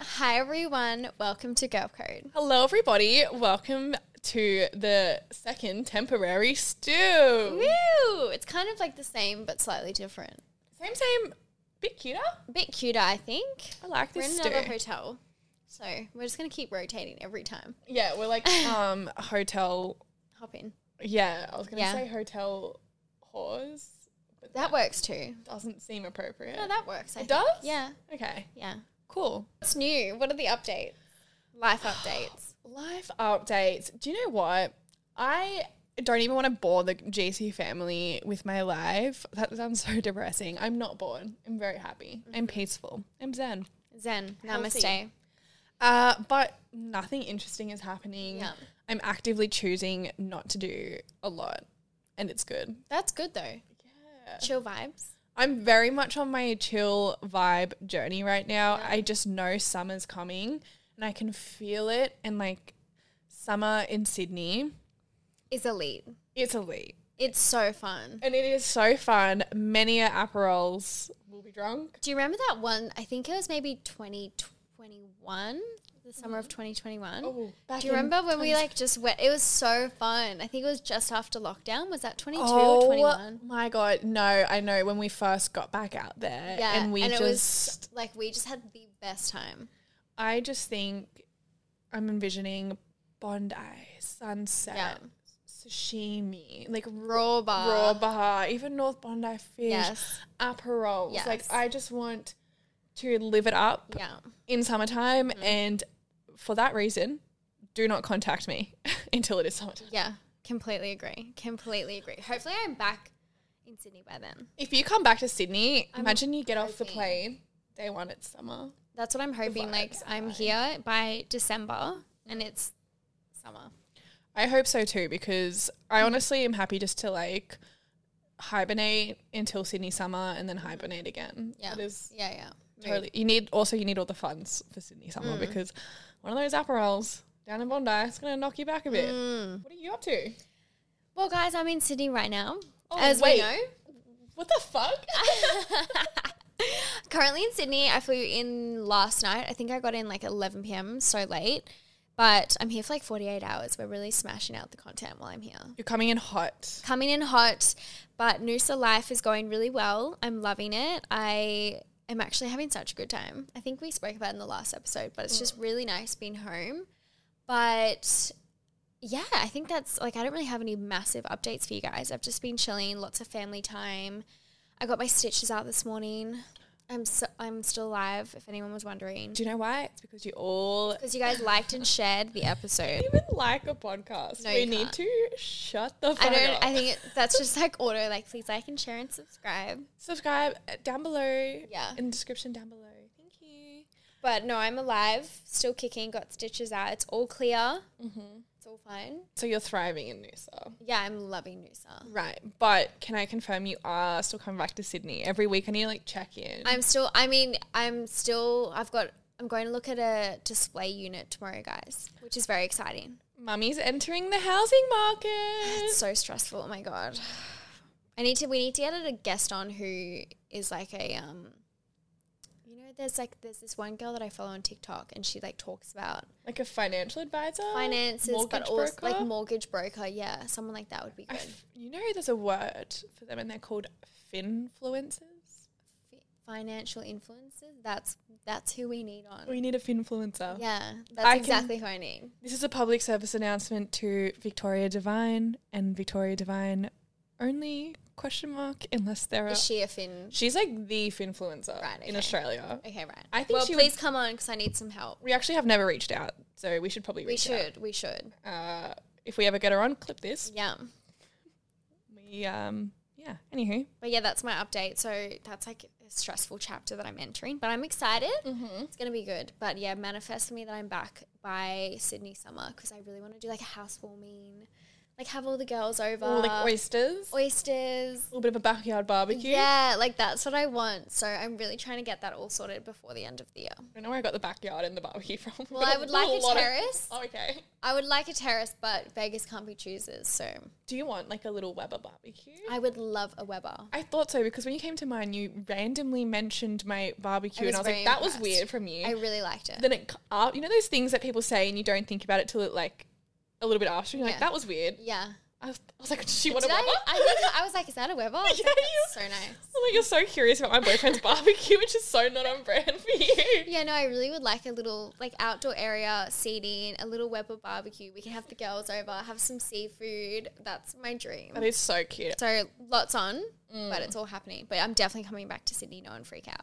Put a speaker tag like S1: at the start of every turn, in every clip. S1: Hi everyone, welcome to Girl Code.
S2: Hello, everybody. Welcome to the second temporary stew.
S1: Woo! It's kind of like the same but slightly different.
S2: Same, same. Bit cuter.
S1: A bit cuter, I think.
S2: I like
S1: We're in
S2: this stew.
S1: another hotel, so we're just gonna keep rotating every time.
S2: yeah, we're like um hotel.
S1: Hop in.
S2: Yeah, I was gonna
S1: Yeah.
S2: say hotel whores. But
S1: That works too.
S2: doesn't seem appropriate.
S1: No, that works. I think.
S2: it does.
S1: Yeah,
S2: Okay.
S1: yeah.
S2: Cool.
S1: What's new? What are the updates? Life updates.
S2: Life updates. Do you know what? I don't even want to bore the GC family with my life. That sounds so depressing. I'm not bored. I'm very happy.
S1: Mm-hmm.
S2: I'm peaceful. I'm zen.
S1: Zen.
S2: Healthy.
S1: Namaste.
S2: Uh, but nothing interesting is happening.
S1: Yeah.
S2: I'm actively choosing not to do a lot, and it's good.
S1: That's good though. Chill vibes.
S2: I'm very much on my chill vibe journey right now. I just know summer's coming, and I can feel it. And like summer in Sydney,
S1: Is elite.
S2: it's elite,
S1: It's so fun.
S2: and it is so fun. Many a aperols will be drunk.
S1: Do you remember that one? I think it was maybe 2021, the summer
S2: Mm-hmm.
S1: of 2021.
S2: back
S1: Do you
S2: in
S1: remember when we like just went? It was so fun. I think it was just after lockdown. Was that 22 or
S2: Oh
S1: 21?
S2: my god, no! I know when we first got back out there,
S1: Yeah.
S2: and we
S1: and
S2: just
S1: it was like we just had the best time.
S2: I just think I'm envisioning Bondi, sunset,
S1: Yeah.
S2: sashimi, like raw,
S1: Raw bar.
S2: raw bar, even North Bondi fish,
S1: Yes.
S2: aperols. Like
S1: Yes.
S2: I just want to live it up
S1: Yeah.
S2: in summertime,
S1: Mm-hmm.
S2: and for that reason, do not contact me until it is summertime.
S1: Yeah. Completely agree. Completely agree. Hopefully, I'm back in Sydney by then.
S2: If you come back to Sydney,
S1: I'm
S2: imagine you get off the
S1: hoping.
S2: plane day one. It's summer.
S1: That's what I'm hoping. Like,
S2: vibes are
S1: I'm
S2: high.
S1: here by December and it's summer.
S2: I hope so too, because I honestly am happy just to like hibernate until Sydney summer and then hibernate again.
S1: Mm-hmm. Yeah.
S2: It is
S1: Yeah. Yeah. Mm. Mood.
S2: totally. You need also you need all the funds for Sydney summer because one of those aperols down in Bondi is gonna knock you back a bit.
S1: Mm.
S2: What are you up to?
S1: Well, guys, I'm in Sydney right now.
S2: Oh,
S1: as
S2: wait.
S1: we know,
S2: What the fuck?
S1: currently in Sydney. I flew in last night. I think I got in like 11 p.m. So late, but I'm here for like 48 hours. We're really smashing out the content while I'm here.
S2: You're coming in hot.
S1: Coming in hot, but Noosa life is going really well. I'm loving it. I am actually having such a good time. I think we spoke about it in the last episode, but it's
S2: Mm.
S1: just really nice being home. But yeah, I think that's like I don't really have any massive updates for you guys. I've just been chilling, lots of family time. I got my stitches out this morning. I'm so, I'm still alive. If anyone was wondering,
S2: Do you know why? It's because you all
S1: because you guys liked and shared the episode.
S2: even like a podcast.
S1: No,
S2: we
S1: you
S2: need
S1: can't.
S2: to shut the fuck
S1: I don't.
S2: up.
S1: I think it, that's just like auto. Like please like and share and subscribe.
S2: Subscribe uh, down below.
S1: Yeah.
S2: In the description down below. Thank you.
S1: But no, I'm alive, still kicking, got stitches out. It's all clear.
S2: Mm-hmm.
S1: It's all fine.
S2: So you're thriving in Noosa.
S1: Yeah, I'm loving Noosa.
S2: Right, but can I confirm you are still coming back to Sydney every week? I need to like check in.
S1: I'm still. I mean, I'm still. I've got. I'm going to look at a display unit tomorrow, guys, which is very exciting.
S2: Mummy's entering the housing market.
S1: It's so stressful. Oh my god. I need to. We need to get a guest on who is like a um. You know, there's like there's this one girl that I follow on TikTok, and she like talks about
S2: Like a financial advisor,
S1: finances, but
S2: mortgage
S1: also
S2: broker?
S1: like mortgage broker. Yeah, someone like that would be
S2: I
S1: good.
S2: f- you know, there's a word for them, and they're called finfluencers.
S1: Fi- financial influences. That's that's who we need on.
S2: We need a finfluencer.
S1: Yeah, that's
S2: Oh, I can-
S1: exactly who I need.
S2: This is a public service announcement to Victoria Devine and Victoria Devine only question mark unless there are.
S1: Is she a fin?
S2: She's like the finfluencer
S1: Right,
S2: in
S1: okay.
S2: Australia.
S1: Okay, right.
S2: I think
S1: well,
S2: she would-
S1: please come on because I need some help.
S2: We actually have never reached out, so we should probably
S1: We
S2: reach out.
S1: should. We should.
S2: uh, if we ever get her on, clip this.
S1: Yeah.
S2: We um yeah. Anywho,
S1: But yeah, that's my update. So that's like a stressful chapter that I'm entering, but I'm excited.
S2: Mm-hmm.
S1: It's going to be good. But yeah, manifest for me that I'm back by Sydney summer because I really want to do like a housewarming, like have all the girls over,
S2: Or like oysters. A
S1: oysters.
S2: little bit of a backyard barbecue.
S1: Yeah, like that's what I want. So I'm really trying to get that all sorted before the end of the year.
S2: I don't know where I got the backyard and the barbecue from.
S1: Well, I would like a
S2: lot of-
S1: terrace.
S2: oh, okay.
S1: I would like a terrace, but beggars can't be choosers. So
S2: Do you want like a little Weber barbecue?
S1: I would love a Weber.
S2: I thought so because when you came to mine, you randomly mentioned my barbecue,
S1: I
S2: and I
S1: was
S2: was like,
S1: very
S2: "That was
S1: impressed.
S2: weird from you."
S1: I really liked it.
S2: then it, c- uh, you know, those things that people say, and you don't think about it till it like a little bit after. You're like,
S1: Yeah.
S2: "That was weird."
S1: yeah.
S2: I was, I was like, "Does she want
S1: Did
S2: a
S1: I,
S2: Weber?"
S1: I think I was like, is that a Weber? I was
S2: Yeah,
S1: like,
S2: you-
S1: that's so nice.
S2: I'm like, "You're so curious about Oh my boyfriend's barbecue, which is so not on brand for you."
S1: Yeah, no, I really would like a little like outdoor area seating, a little Weber barbecue. We can have the girls over, have some seafood. That's my dream.
S2: That is so cute.
S1: So lots on,
S2: Mm.
S1: but it's all happening. But I'm definitely coming back to Sydney. No one freak out.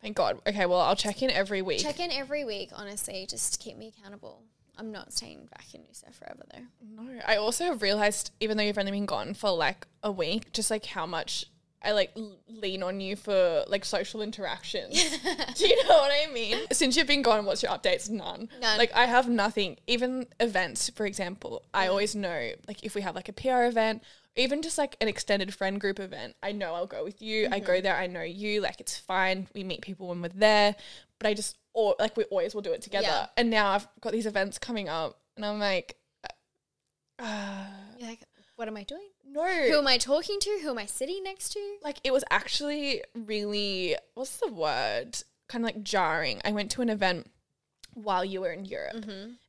S2: Thank God. Okay, well, I'll check in every week.
S1: Check in every week, honestly, just to keep me accountable. I'm not staying back in Noosa forever though.
S2: No, I also have realized, even though you've only been gone for like a week, just like how much I like l- lean on you for like social interactions. Do you know what I mean? Since you've been gone, what's your updates? None.
S1: None.
S2: Like I have nothing. Even events, for example, I always know like if we have like a PR event, even just like an extended friend group event, I know I'll go with you. I
S1: Mm-hmm.
S2: go there, I know you. Like it's fine. We meet people when we're there, but I just or like we always will do it together.
S1: Yeah.
S2: And now I've got these events coming up, and I'm like.
S1: You're like, what am I doing?
S2: No.
S1: Who am I talking to? Who am I sitting next to?
S2: like it was actually really what's the word? Kind of like jarring. I went to an event while you were in Europe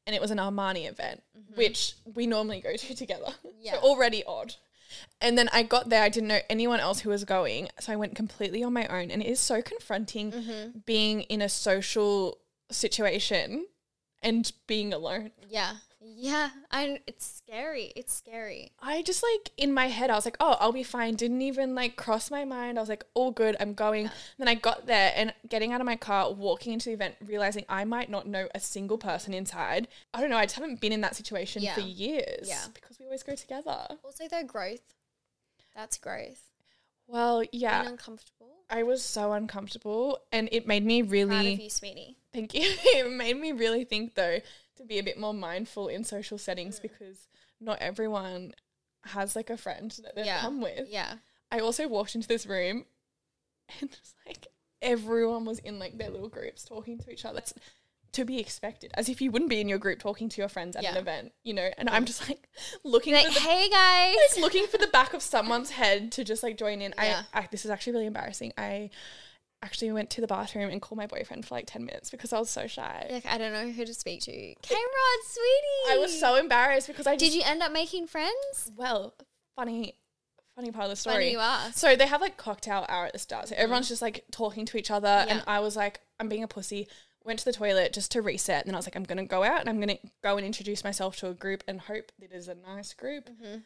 S2: and it was an Armani event, which we normally go to together.
S1: Yeah.
S2: So already odd. And then I got there, I didn't know anyone else who was going. So I went completely on my own. And it is so confronting being in a social situation and being alone.
S1: Yeah. Yeah. And it's scary. It's scary.
S2: I just like in my head, I was like, oh, I'll be fine. Didn't even like cross my mind. I was like, all good, I'm going. Then I got there and getting out of my car, walking into the event, realizing I might not know a single person inside. I don't know. I just haven't been in that situation for
S1: Yeah.
S2: years.
S1: Yeah.
S2: Because we always go together.
S1: Also though, growth. That's growth.
S2: Well,
S1: Being
S2: yeah.
S1: uncomfortable.
S2: I was so uncomfortable and it made me
S1: Proud of
S2: really
S1: you, sweetie.
S2: Thank you. It made me really think though to be a bit more mindful in social settings
S1: Mm.
S2: because not everyone has like a friend that they've
S1: yeah.
S2: come with.
S1: Yeah.
S2: I also walked into this room and just like everyone was in like their little groups talking to each other. It's to be expected, as if you wouldn't be in your group talking to your friends at an
S1: Yeah.
S2: event, you know. And I'm just like looking
S1: Like,
S2: for the
S1: hey guys.
S2: just looking for the back of someone's head to just like join in.
S1: Yeah.
S2: I, I this is actually really embarrassing. I actually went to the bathroom and called my boyfriend for like ten minutes because I was so shy.
S1: Like, I don't know who to speak to. K-Rod, sweetie.
S2: I was so embarrassed because I just,
S1: Did you end up making friends?
S2: well, funny, funny part of the story.
S1: Funny you asked.
S2: So they have like cocktail hour at the start. So everyone's just like talking to each other. And
S1: Yeah.
S2: I was like, I'm being a pussy. Went to the toilet just to reset. And then I was like, I'm going to go out and I'm going to go and introduce myself to a group and hope that it is a nice group.
S1: Mm-hmm.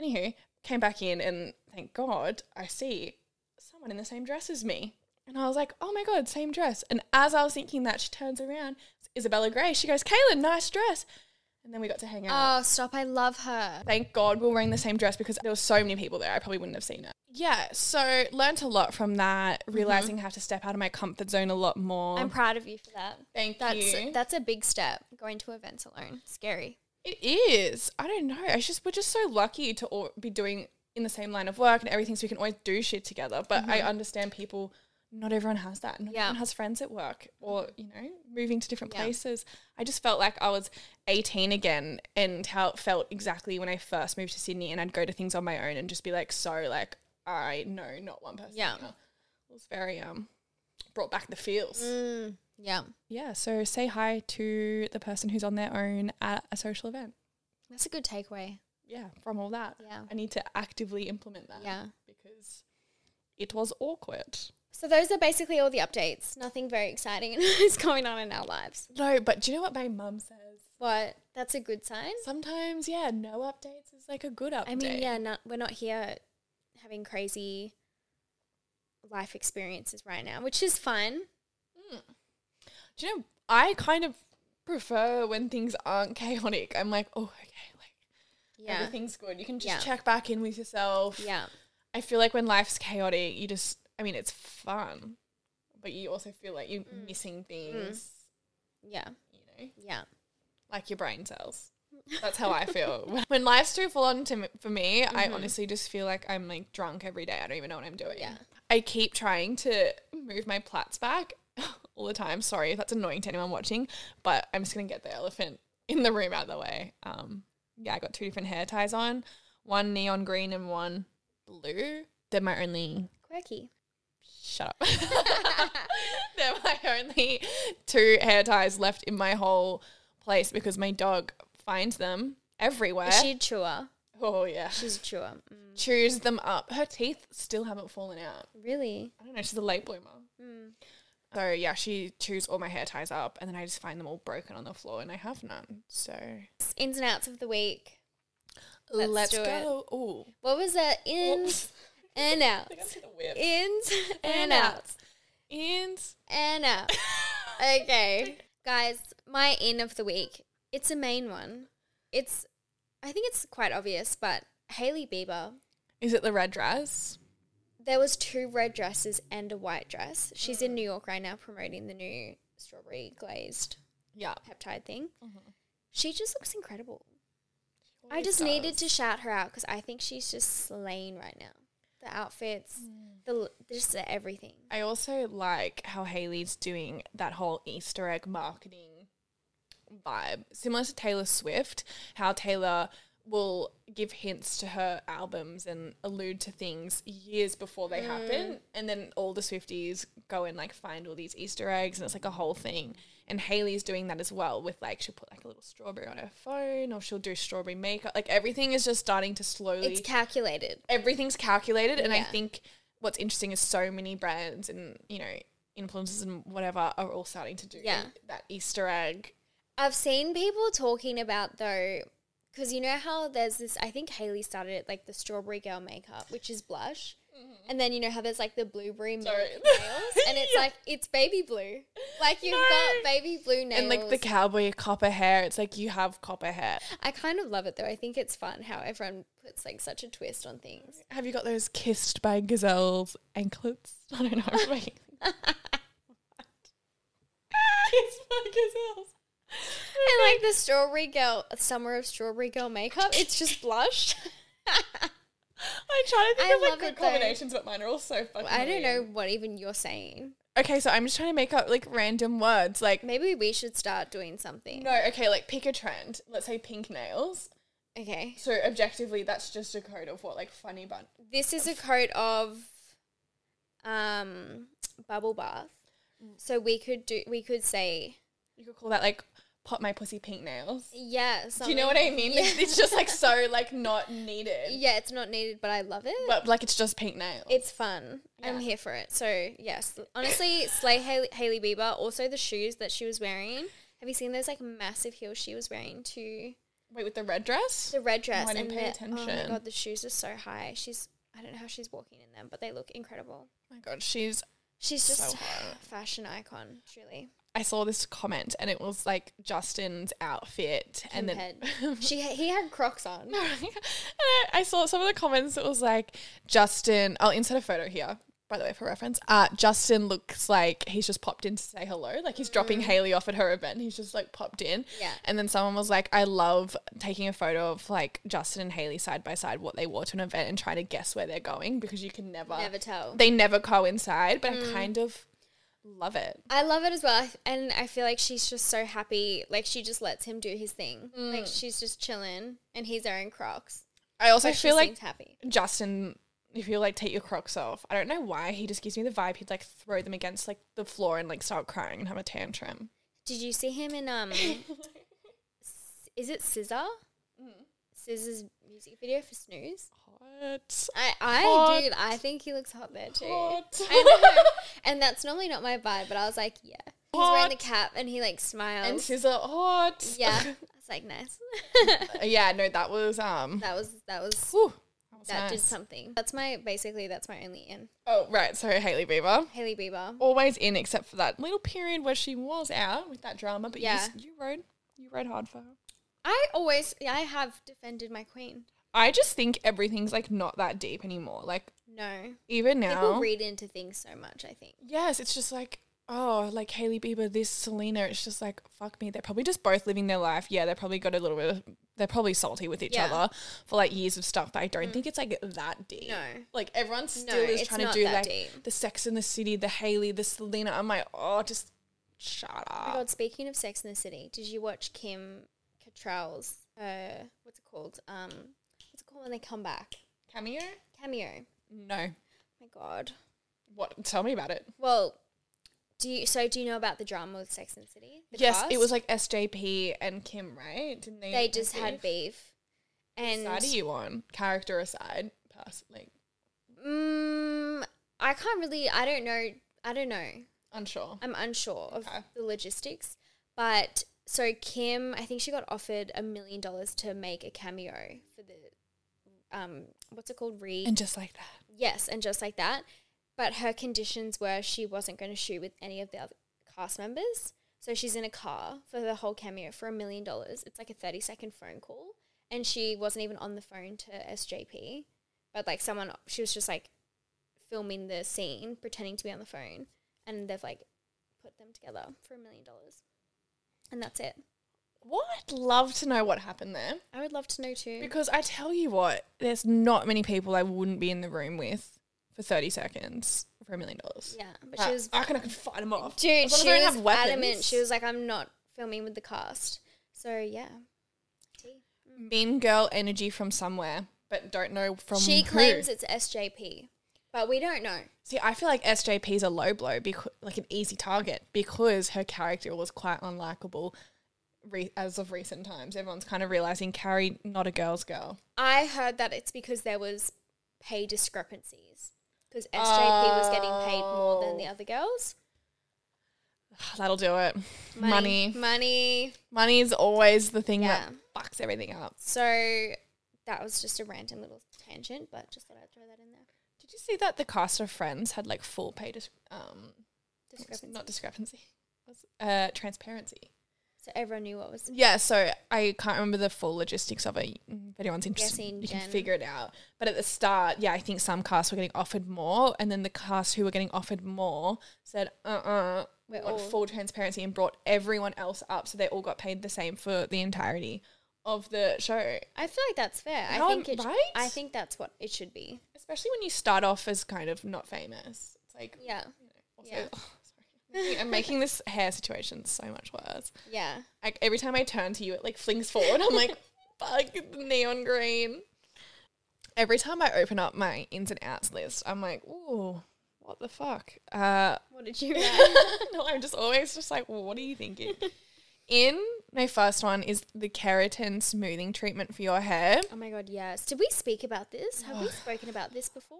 S2: Anywho, came back in and thank God I see someone in the same dress as me. And I was like, oh my God, same dress. And as I was thinking that, she turns around. It's Isabella Gray. She goes, Kaylin, nice dress. And then we got to hang out.
S1: Oh, stop. I love her.
S2: Thank God we were wearing the same dress because there were so many people there. I probably wouldn't have seen it. Mm-hmm. Yeah, so learnt a lot from that, realizing I have to step out of my comfort zone a lot more.
S1: I'm proud of you for that.
S2: Thank
S1: that's,
S2: you.
S1: That's a big step, going to events alone. Scary.
S2: it is. I don't know. I just we're just so lucky to all be doing in the same line of work and everything, so we can always do shit together. But I understand people not everyone has that. Not
S1: Mm-hmm. Yeah. Mm-hmm.
S2: everyone has friends at work or, you know, moving to different
S1: Yeah.
S2: places. I just felt like I was 18 again and how it felt exactly when I first moved to Sydney and I'd go to things on my own and just be like, so like, I know not one person.
S1: Yeah.
S2: here. It was very, um, brought back the feels.
S1: Mm. Yeah.
S2: Yeah. So say hi to the person who's on their own at a social event.
S1: That's a good takeaway.
S2: Yeah. From all that.
S1: Yeah.
S2: I need to actively implement that.
S1: Yeah.
S2: Because it was awkward.
S1: So those are basically all the updates. Nothing very exciting is going on in our lives.
S2: No, but do you know what my mum says?
S1: But that's a good sign.
S2: Sometimes, yeah, no updates is like a good update.
S1: I mean, yeah, not, we're not here having crazy life experiences right now, which is fun.
S2: Do you know, I kind of prefer when things aren't chaotic. I'm like, oh, okay, like
S1: Yeah.
S2: everything's good. You can just
S1: Yeah.
S2: check back in with yourself.
S1: Yeah.
S2: I feel like when life's chaotic, you just, I mean, it's fun, but you also feel like you're missing things,
S1: Yeah.
S2: you know,
S1: Yeah.
S2: like your brain cells. That's how I feel. When- when life's too full on to m- for me, I honestly just feel like I'm like drunk every day. I don't even know what I'm doing.
S1: Yeah.
S2: I keep trying to move my plaits back all the time. Sorry if that's annoying to anyone watching, but I'm just gonna get the elephant in the room out of the way. Um, yeah, I got two different hair ties on, one neon green and one blue. They're my only.
S1: Quirky.
S2: Shut up. They're my only two hair ties left in my whole place because my dog finds them everywhere.
S1: Is she a chewer?
S2: oh yeah,
S1: She's a chewer. Mm.
S2: chews them up. Her teeth still haven't fallen out.
S1: Really?
S2: I don't know. She's a late bloomer.
S1: Hmm.
S2: So yeah, she chews all my hair ties up, and then I just find them all broken on the floor, and I have none. So
S1: It's ins and outs of the week.
S2: let's,
S1: Let's do it.
S2: go. Oh,
S1: What was that? Ins and outs. Ins and outs.
S2: And
S1: And outs. Okay. Guys, my in of the week. It's a main one. It's, I think it's quite obvious, but Hailey Bieber.
S2: is it the red dress?
S1: There was two red dresses and a white dress. She's in New York right now promoting the new strawberry glazed
S2: Yeah.
S1: peptide thing. She just looks incredible. I just needed to shout her out because I think she's just slaying right now. The outfits, the l- just the everything.
S2: I also like how Haley's doing that whole Easter egg marketing vibe, similar to Taylor Swift, how Taylor will give hints to her albums and allude to things years before they happen. And then all the Swifties go and like find all these Easter eggs and it's like a whole thing. And Haley's doing that as well with like she'll put like a little strawberry on her phone or she'll do strawberry makeup. Like everything is just starting to slowly
S1: It's calculated.
S2: everything's calculated and i
S1: Yeah.
S2: think what's interesting is so many brands and you know influencers and whatever are all starting to do
S1: Yeah.
S2: that easter egg
S1: I've seen people talking about though, because you know how there's this. I think Haley started it like the strawberry girl makeup, which is blush, and then you know how there's like the blueberry milk
S2: Mm-hmm. Sorry.
S1: nails, and it's like it's baby blue. Like you've got baby blue nails.
S2: and like the cowboy copper hair it's like you have copper hair
S1: I kind of love it though. I think it's fun how everyone puts like such a twist on things.
S2: have you got those kissed by gazelles anklets i don't know I'm making- kissed by gazelles
S1: And like the strawberry girl summer of strawberry girl makeup, it's just blush.
S2: i'm trying to think
S1: I
S2: of like
S1: love
S2: good
S1: it though.
S2: combinations but mine are all so fucking
S1: I don't
S2: weird.
S1: know what even you're saying.
S2: okay so i'm just trying to make up like random words like
S1: Maybe we should start doing something.
S2: no okay like pick a trend let's say pink nails
S1: Okay.
S2: So objectively, that's just a code of what like funny bun.
S1: This is a coat of um bubble bath. So we could do we could say
S2: You could call that like pop my pussy pink nails.
S1: yeah, something.
S2: Do you know what I mean?
S1: Yeah.
S2: It's, it's just like so like not needed.
S1: yeah, it's not needed, but I love it.
S2: But like it's just pink nails.
S1: It's fun. I'm here for it. So yes, honestly, slay Haley, Haley Bieber. Also the shoes that she was wearing. Have you seen those like massive heels she was wearing to
S2: Wait with the red dress.
S1: the red dress?
S2: I didn't pay
S1: the, Oh
S2: attention.
S1: my god, the shoes are so high. She's I don't know how she's walking in them, but they look incredible.
S2: oh my god, she's.
S1: She's just
S2: So
S1: a
S2: hot.
S1: fashion icon, truly.
S2: I saw this comment and it was like Justin's outfit and then.
S1: Pinhead. she he had Crocs on.
S2: And I, I saw some of the comments. It was like Justin. I'll insert a photo here. by the way, for reference, uh, Justin looks like he's just popped in to say hello. Like he's dropping Haley off at her event. He's just like popped in.
S1: Mm. Yeah.
S2: And then someone was like, I love taking a photo of like Justin and Haley side by side, what they wore to an event and trying to guess where they're going because you can never,
S1: Never tell. Mm.
S2: they never coincide, but I kind of love it.
S1: I love it as well. And I feel like she's just so happy. Like she just lets him do his thing. Like she's just chilling and he's wearing Crocs.
S2: Mm. I also
S1: So she
S2: feel like
S1: seems happy.
S2: Justin, if you like take your crocs off, I don't know why he just gives me the vibe he'd like throw them against like the floor and like start crying and have a tantrum.
S1: Did you see him in um S- is it Scissor?
S2: Mm.
S1: Scissor's music video for Snooze?
S2: Hot,
S1: I,
S2: Hot.
S1: I dude, I think he looks hot there too.
S2: hot.
S1: I know. And that's normally not my vibe, but I was like, yeah. He's wearing the
S2: Hot.
S1: cap and he like smiles.
S2: and scissor hot. Uh,
S1: yeah. I was like, nice.
S2: yeah. No, that was um.
S1: that was that was
S2: whew, that was
S1: that did
S2: nice.
S1: something. That's my basically that's my only in.
S2: Oh right, so Haley Bieber.
S1: Haley Bieber.
S2: Always in, except for that little period where she was out with that drama. But you
S1: Yeah.
S2: s- you, rode, you rode hard for her.
S1: I always, yeah, I have defended my queen.
S2: I just think everything's like not that deep anymore. Like
S1: No,
S2: even now,
S1: people read into things so much. I think.
S2: Yes, it's just like, oh, like Hailey Bieber, this Selena. It's just like, fuck me. They're probably just both living their life. Yeah, they probably got a little bit of, they're probably salty with each
S1: Yeah. Mm.
S2: other for like years of stuff, but I don't think it's like that deep.
S1: No.
S2: Like everyone still
S1: No,
S2: is
S1: it's
S2: trying to
S1: not
S2: do
S1: that
S2: like
S1: deep.
S2: the Sex in the City, the Hailey, the Selena. I'm like, oh, just shut
S1: Oh my
S2: up.
S1: God, speaking of Sex in the City, did you watch Kim Cattrall's? Uh, what's it called? Um, what's it called when they come back?
S2: Cameo?
S1: Cameo. Oh
S2: No.
S1: my God.
S2: What? Tell me about it.
S1: Well, do you? So do you know about the drama with Sex in the City? The
S2: yes, it
S1: cast?
S2: was like SJP and Kim, right? Didn't they?
S1: they just
S2: have
S1: had beef. And
S2: Side are you on? Character aside, personally,
S1: Mm, I can't really. I don't know. I don't know.
S2: unsure.
S1: I'm unsure of
S2: Okay.
S1: the logistics, but so Kim, I think she got offered a million dollars to make a cameo for the um, what's it called? Re
S2: and just like that.
S1: yes, and just like that. But her conditions were she wasn't going to shoot with any of the other cast members, so she's in a car for the whole cameo for a million dollars. It's like a thirty second phone call, and she wasn't even on the phone to SJP, but like someone she was just like filming the scene, pretending to be on the phone, and they've like put them together for a million dollars, and that's it.
S2: What? I'd love to know what happened there.
S1: I would love to know too.
S2: Because I tell you what, there's not many people I wouldn't be in the room with for 30 seconds for a million dollars.
S1: yeah, but
S2: Like,
S1: she was
S2: I can, I can fight them off.
S1: Dude,
S2: As long as
S1: she
S2: I don't
S1: was
S2: have weapons.
S1: adamant. She was like, "I'm not filming with the cast." So yeah,
S2: mean girl energy from somewhere, but don't know from
S1: she
S2: who.
S1: claims it's SJP, but we don't know.
S2: See, I feel like SJP's a low blow, because like an easy target, because her character was quite unlikable re- as of recent times. Everyone's kind of realizing Carrie, not a girl's girl.
S1: I heard that it's because there was pay discrepancies because SJP was getting paid more than the
S2: Oh.
S1: other girls.
S2: That'll do it. Money.
S1: money.
S2: Money's always the thing
S1: Yeah.
S2: that fucks everything up.
S1: So that was just a random little tangent, but just thought I'd throw that in there.
S2: Did you see that the cast of Friends had like full pay dis- um
S1: Discrepancy.
S2: not discrepancy, was- uh transparency?
S1: so everyone knew what was.
S2: Yeah, so I can't remember the full logistics of it. If anyone's interested,
S1: Guessing
S2: you can
S1: Jen.
S2: figure it out. But at the start, yeah, I think some casts were getting offered more, and then the cast who were getting offered more said, "Uh, uh we
S1: We're
S2: want
S1: all-
S2: full transparency," and brought everyone else up, so they all got paid the same for the entirety of the show.
S1: I feel like that's fair.
S2: No,
S1: I think
S2: I'm
S1: it. sh-
S2: right?
S1: I think that's what it should be.
S2: Especially when you start off as kind of not famous, it's like
S1: Yeah.
S2: Also,
S1: Yeah.
S2: sorry. I'm making this hair situation so much worse.
S1: Yeah.
S2: Like every time I turn to you, it like flings forward. I'm like, fuck the neon green. Every time I open up my ins and outs list, I'm like, ooh, what the fuck? Uh,
S1: What did you? write?
S2: no, I'm just always just like, well, what are you thinking? In my first one is the keratin smoothing treatment for your hair.
S1: Oh my god, yes. Did we speak about this? Have we spoken about this before?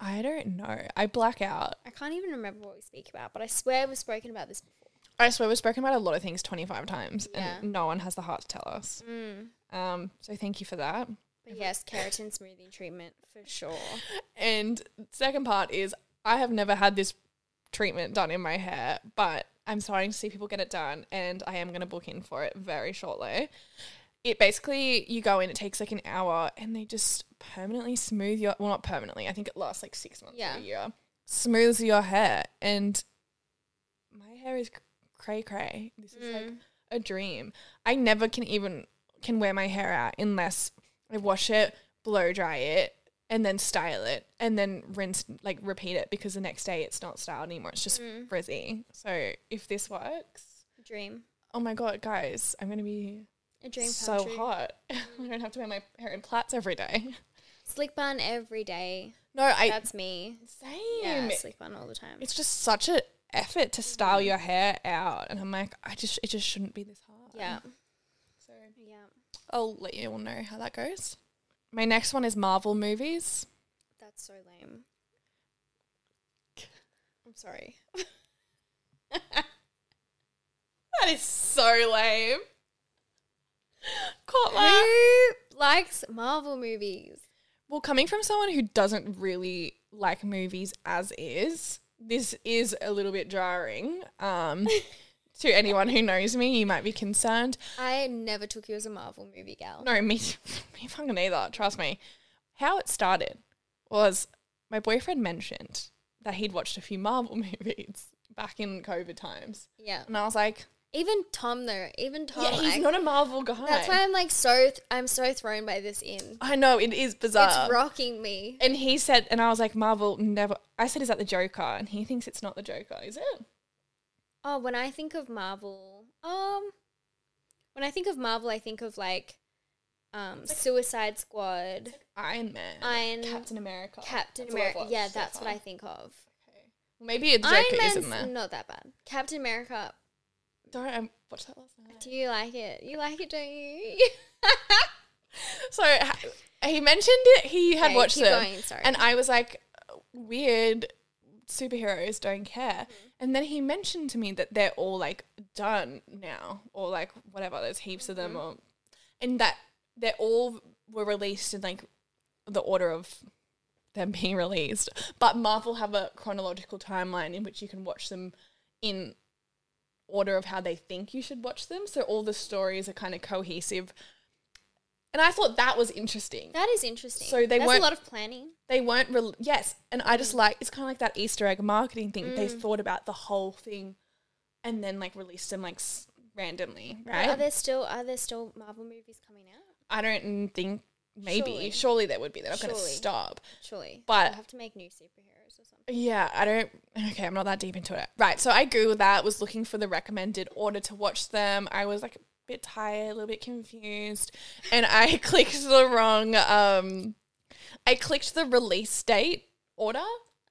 S2: I don't know. I black out.
S1: I can't even remember what we speak about, but I swear we've spoken about this before.
S2: I swear we've spoken about a lot of things 25 times
S1: Yeah. Mm.
S2: and no one has the heart to tell us. Um, so thank you for that.
S1: But yes, keratin smoothing treatment for sure.
S2: And second part is I have never had this treatment done in my hair, but I'm starting to see people get it done and I am going to book in for it very shortly. It basically, you go in, it takes like an hour and they just permanently smooth your, well, not permanently, I think it lasts like six months or
S1: Yeah.
S2: a year. smooths your hair. And my hair is cray cray. This is
S1: Mm.
S2: like a dream. I never can even can wear my hair out unless I wash it, blow dry it, and then style it, and then rinse like repeat it because the next day it's not styled anymore. It's just
S1: Mm.
S2: frizzy. So if this works,
S1: Dream.
S2: oh my god, guys, I'm gonna be
S1: A dream come
S2: so
S1: true.
S2: hot. I
S1: Mm.
S2: don't have to wear my hair in plaits every day.
S1: Slick bun every day.
S2: No, I
S1: That's me.
S2: same.
S1: Yeah, slick bun all the time.
S2: It's just such an effort to
S1: Mm.
S2: style your hair out, and I'm like, I just it just shouldn't be this hard.
S1: yeah.
S2: So
S1: Yeah.
S2: I'll let you all know how that goes. My next one is Marvel movies.
S1: That's so lame.
S2: I'm sorry. that is so lame. Caught my.
S1: Who likes Marvel movies?
S2: Well, coming from someone who doesn't really like movies as is, this is a little bit jarring. Um, to anyone who knows me, you might be concerned.
S1: I never took you as a Marvel movie gal.
S2: No, me, me fucking either. Trust me. How it started was my boyfriend mentioned that he'd watched a few Marvel movies back in COVID times,
S1: Yeah.
S2: and I was like,
S1: Even Tom though. Even Tom.
S2: "Yeah, he's
S1: like-
S2: not a Marvel guy."
S1: That's why I'm like so. Th- I'm so thrown by this in.
S2: I know it is bizarre.
S1: It's rocking me.
S2: And he said, and I was like, Marvel never. I said, is that the Joker? And he thinks it's not the Joker, is it?
S1: Oh, when I think of Marvel, um, when I think of Marvel, I think of like, um, Suicide Squad,
S2: Iron Man,
S1: Iron-
S2: Captain America,
S1: Captain
S2: That's all I've
S1: America.
S2: watched
S1: Yeah,
S2: so
S1: that's what
S2: far.
S1: I think of.
S2: Maybe the Joker
S1: Iron
S2: isn't there.
S1: Man's not that bad. Captain America.
S2: Don't I watched that last night?
S1: Do you like it? You like it, don't you?
S2: So ha- he mentioned it. He had
S1: Okay,
S2: watched
S1: keep
S2: it,
S1: going, sorry.
S2: and I was like, "Weird, superheroes don't care."
S1: Mm-hmm.
S2: And then he mentioned to me that they're all like done now, or like whatever. There's heaps of them,
S1: Mm-hmm.
S2: or and that they're all were released in like the order of them being released. But Marvel have a chronological timeline in which you can watch them in order of how they think you should watch them. So all the stories are kind of cohesive. And I thought that was interesting.
S1: that is interesting.
S2: So they
S1: That's
S2: weren't-
S1: a lot of planning.
S2: They weren't real yes, and I just like it's kind of like that Easter egg marketing thing. They thought about the whole thing and then like released them like s- randomly,
S1: Are
S2: right?
S1: there still are there still Marvel movies coming out?
S2: I don't think maybe surely,
S1: Surely.
S2: there would be. They're not going to
S1: Surely.
S2: stop.
S1: Surely,
S2: But-
S1: we have to make new superheroes or something.
S2: Yeah, I don't. Okay, I'm not that deep into it. Right, so I googled that. Was looking for the recommended order to watch them. I was like a bit tired, a little bit confused, and I clicked the wrong. Um, I clicked the release date order.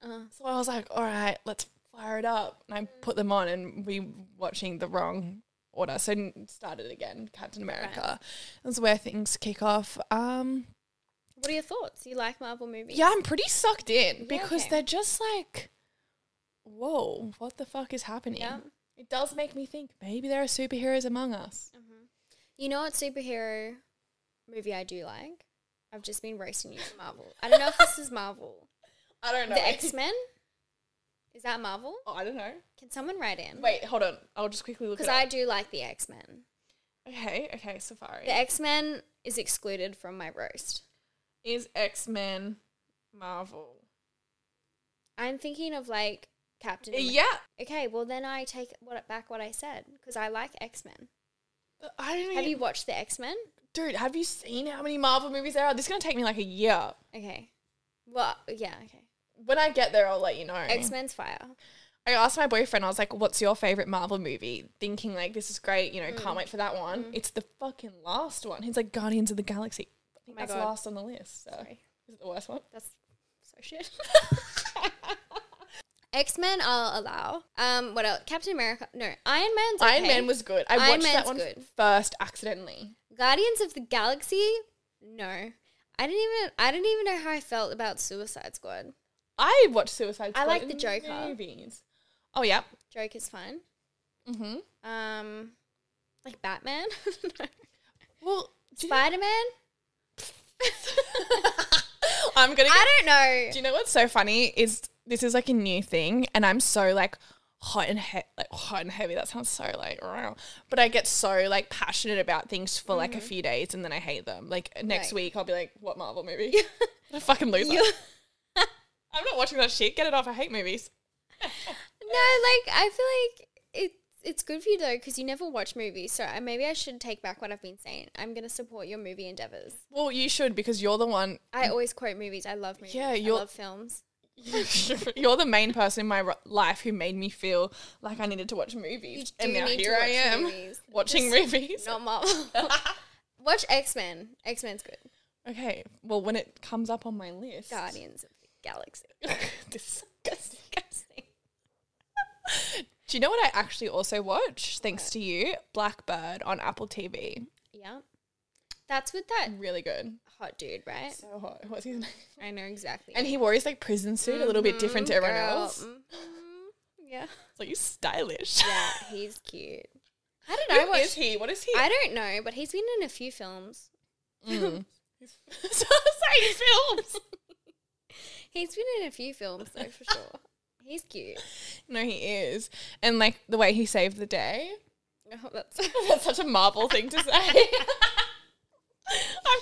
S2: So I was like, all right, let's fire it up, and I put them on, and we watching the wrong order. So n- started again, Captain America. That's where things kick off. Um,
S1: What are your thoughts? You like Marvel movies?
S2: yeah, I'm pretty sucked in because
S1: okay.
S2: they're just like, whoa, what the fuck is happening?
S1: Yeah.
S2: It does make me think maybe there are superheroes among us.
S1: You know what superhero movie I do like? I've just been roasting you for Marvel. I don't know if this is Marvel.
S2: I don't know.
S1: The X Men? Is that Marvel?
S2: Oh, I don't know.
S1: Can someone write in?
S2: Wait, hold on. I'll just quickly look.
S1: Because
S2: it
S1: I
S2: up.
S1: do like the X Men.
S2: okay, okay, Safari
S1: The X Men is excluded from my roast.
S2: is X Men, Marvel.
S1: I'm thinking of like Captain. Amer-
S2: Uh, Yeah,
S1: Okay, well then I take what back what I said because I like X Men.
S2: I don't.
S1: Have
S2: even-
S1: you watched the X Men?
S2: dude? Have you seen how many Marvel movies there are? This is gonna take me like a year.
S1: Okay. Well, yeah. Okay.
S2: When I get there, I'll let you know.
S1: X Men's fire.
S2: I asked my boyfriend, I was like, what's your favorite Marvel movie? Thinking, like, this is great, you know, can't
S1: Mm.
S2: wait for that one. It's the fucking last one. He's like, Guardians of the Galaxy. I think
S1: Oh my
S2: that's
S1: God.
S2: last on the list. So.
S1: Sorry.
S2: Is it the worst one?
S1: That's so shit. X Men, I'll allow. Um, what else? Captain America. No, Iron Man's.
S2: Iron
S1: okay.
S2: Man was good. I
S1: Iron
S2: watched that
S1: Man's
S2: one
S1: good.
S2: first accidentally.
S1: Guardians of the Galaxy. No, I didn't even. I didn't even know how I felt about Suicide Squad.
S2: I watched Suicide Squad.
S1: I like the
S2: in
S1: Joker.
S2: Movies. Oh, yeah.
S1: Joke is fine.
S2: Mm-hmm.
S1: Um, like Batman,
S2: Well, do you-
S1: Spider Man.
S2: I'm going to
S1: I don't know.
S2: Do you know what's so funny is this is like a new thing, and I'm so like hot and he- like hot and heavy. That sounds so like, raw. but I get so like passionate about things for like a few days, and then I hate them. Like next
S1: Mm-hmm. Right.
S2: week, I'll be like, "What Marvel movie?" What a fucking loser. I'm not watching that shit. Get it off. I hate movies.
S1: No, like I feel like it's it's good for you though because you never watch movies. So I, maybe I should take back what I've been saying. I'm gonna support your movie endeavors.
S2: Well, you should because you're the one.
S1: I always quote movies. I love movies.
S2: Yeah,
S1: Yeah, you
S2: you're-
S1: love films.
S2: You're the main person in my r- life who made me feel like I needed to watch
S1: You
S2: movies,
S1: do
S2: and now
S1: need to
S2: here I
S1: watch
S2: am
S1: movies.
S2: watching
S1: Just
S2: movies.
S1: Not Marvel. watch X Men. X Men's good.
S2: Okay, well, when it comes up on my list,
S1: Guardians of the Galaxy.
S2: disgusting. Do you know what I actually also watch? Thanks to you, Blackbird on Apple TV.
S1: Yeah, that's with that
S2: Really good.
S1: hot dude, right?
S2: So hot. What's his name? Mm-hmm,
S1: I know exactly.
S2: And he wore his like prison suit, a little bit different to everyone
S1: Girl,
S2: else.
S1: mhm. Yeah.
S2: It's like you stylish.
S1: Yeah, he's cute. I don't know.
S2: Who
S1: what
S2: is he? What is he?
S1: I don't know, but he's been in a few films.
S2: Mm. so sorry, films.
S1: He's been in a few films though, for sure. He's cute.
S2: no, he is, and like the way he saved the day.
S1: No, that's the
S2: That's such a Marvel thing to say. I'm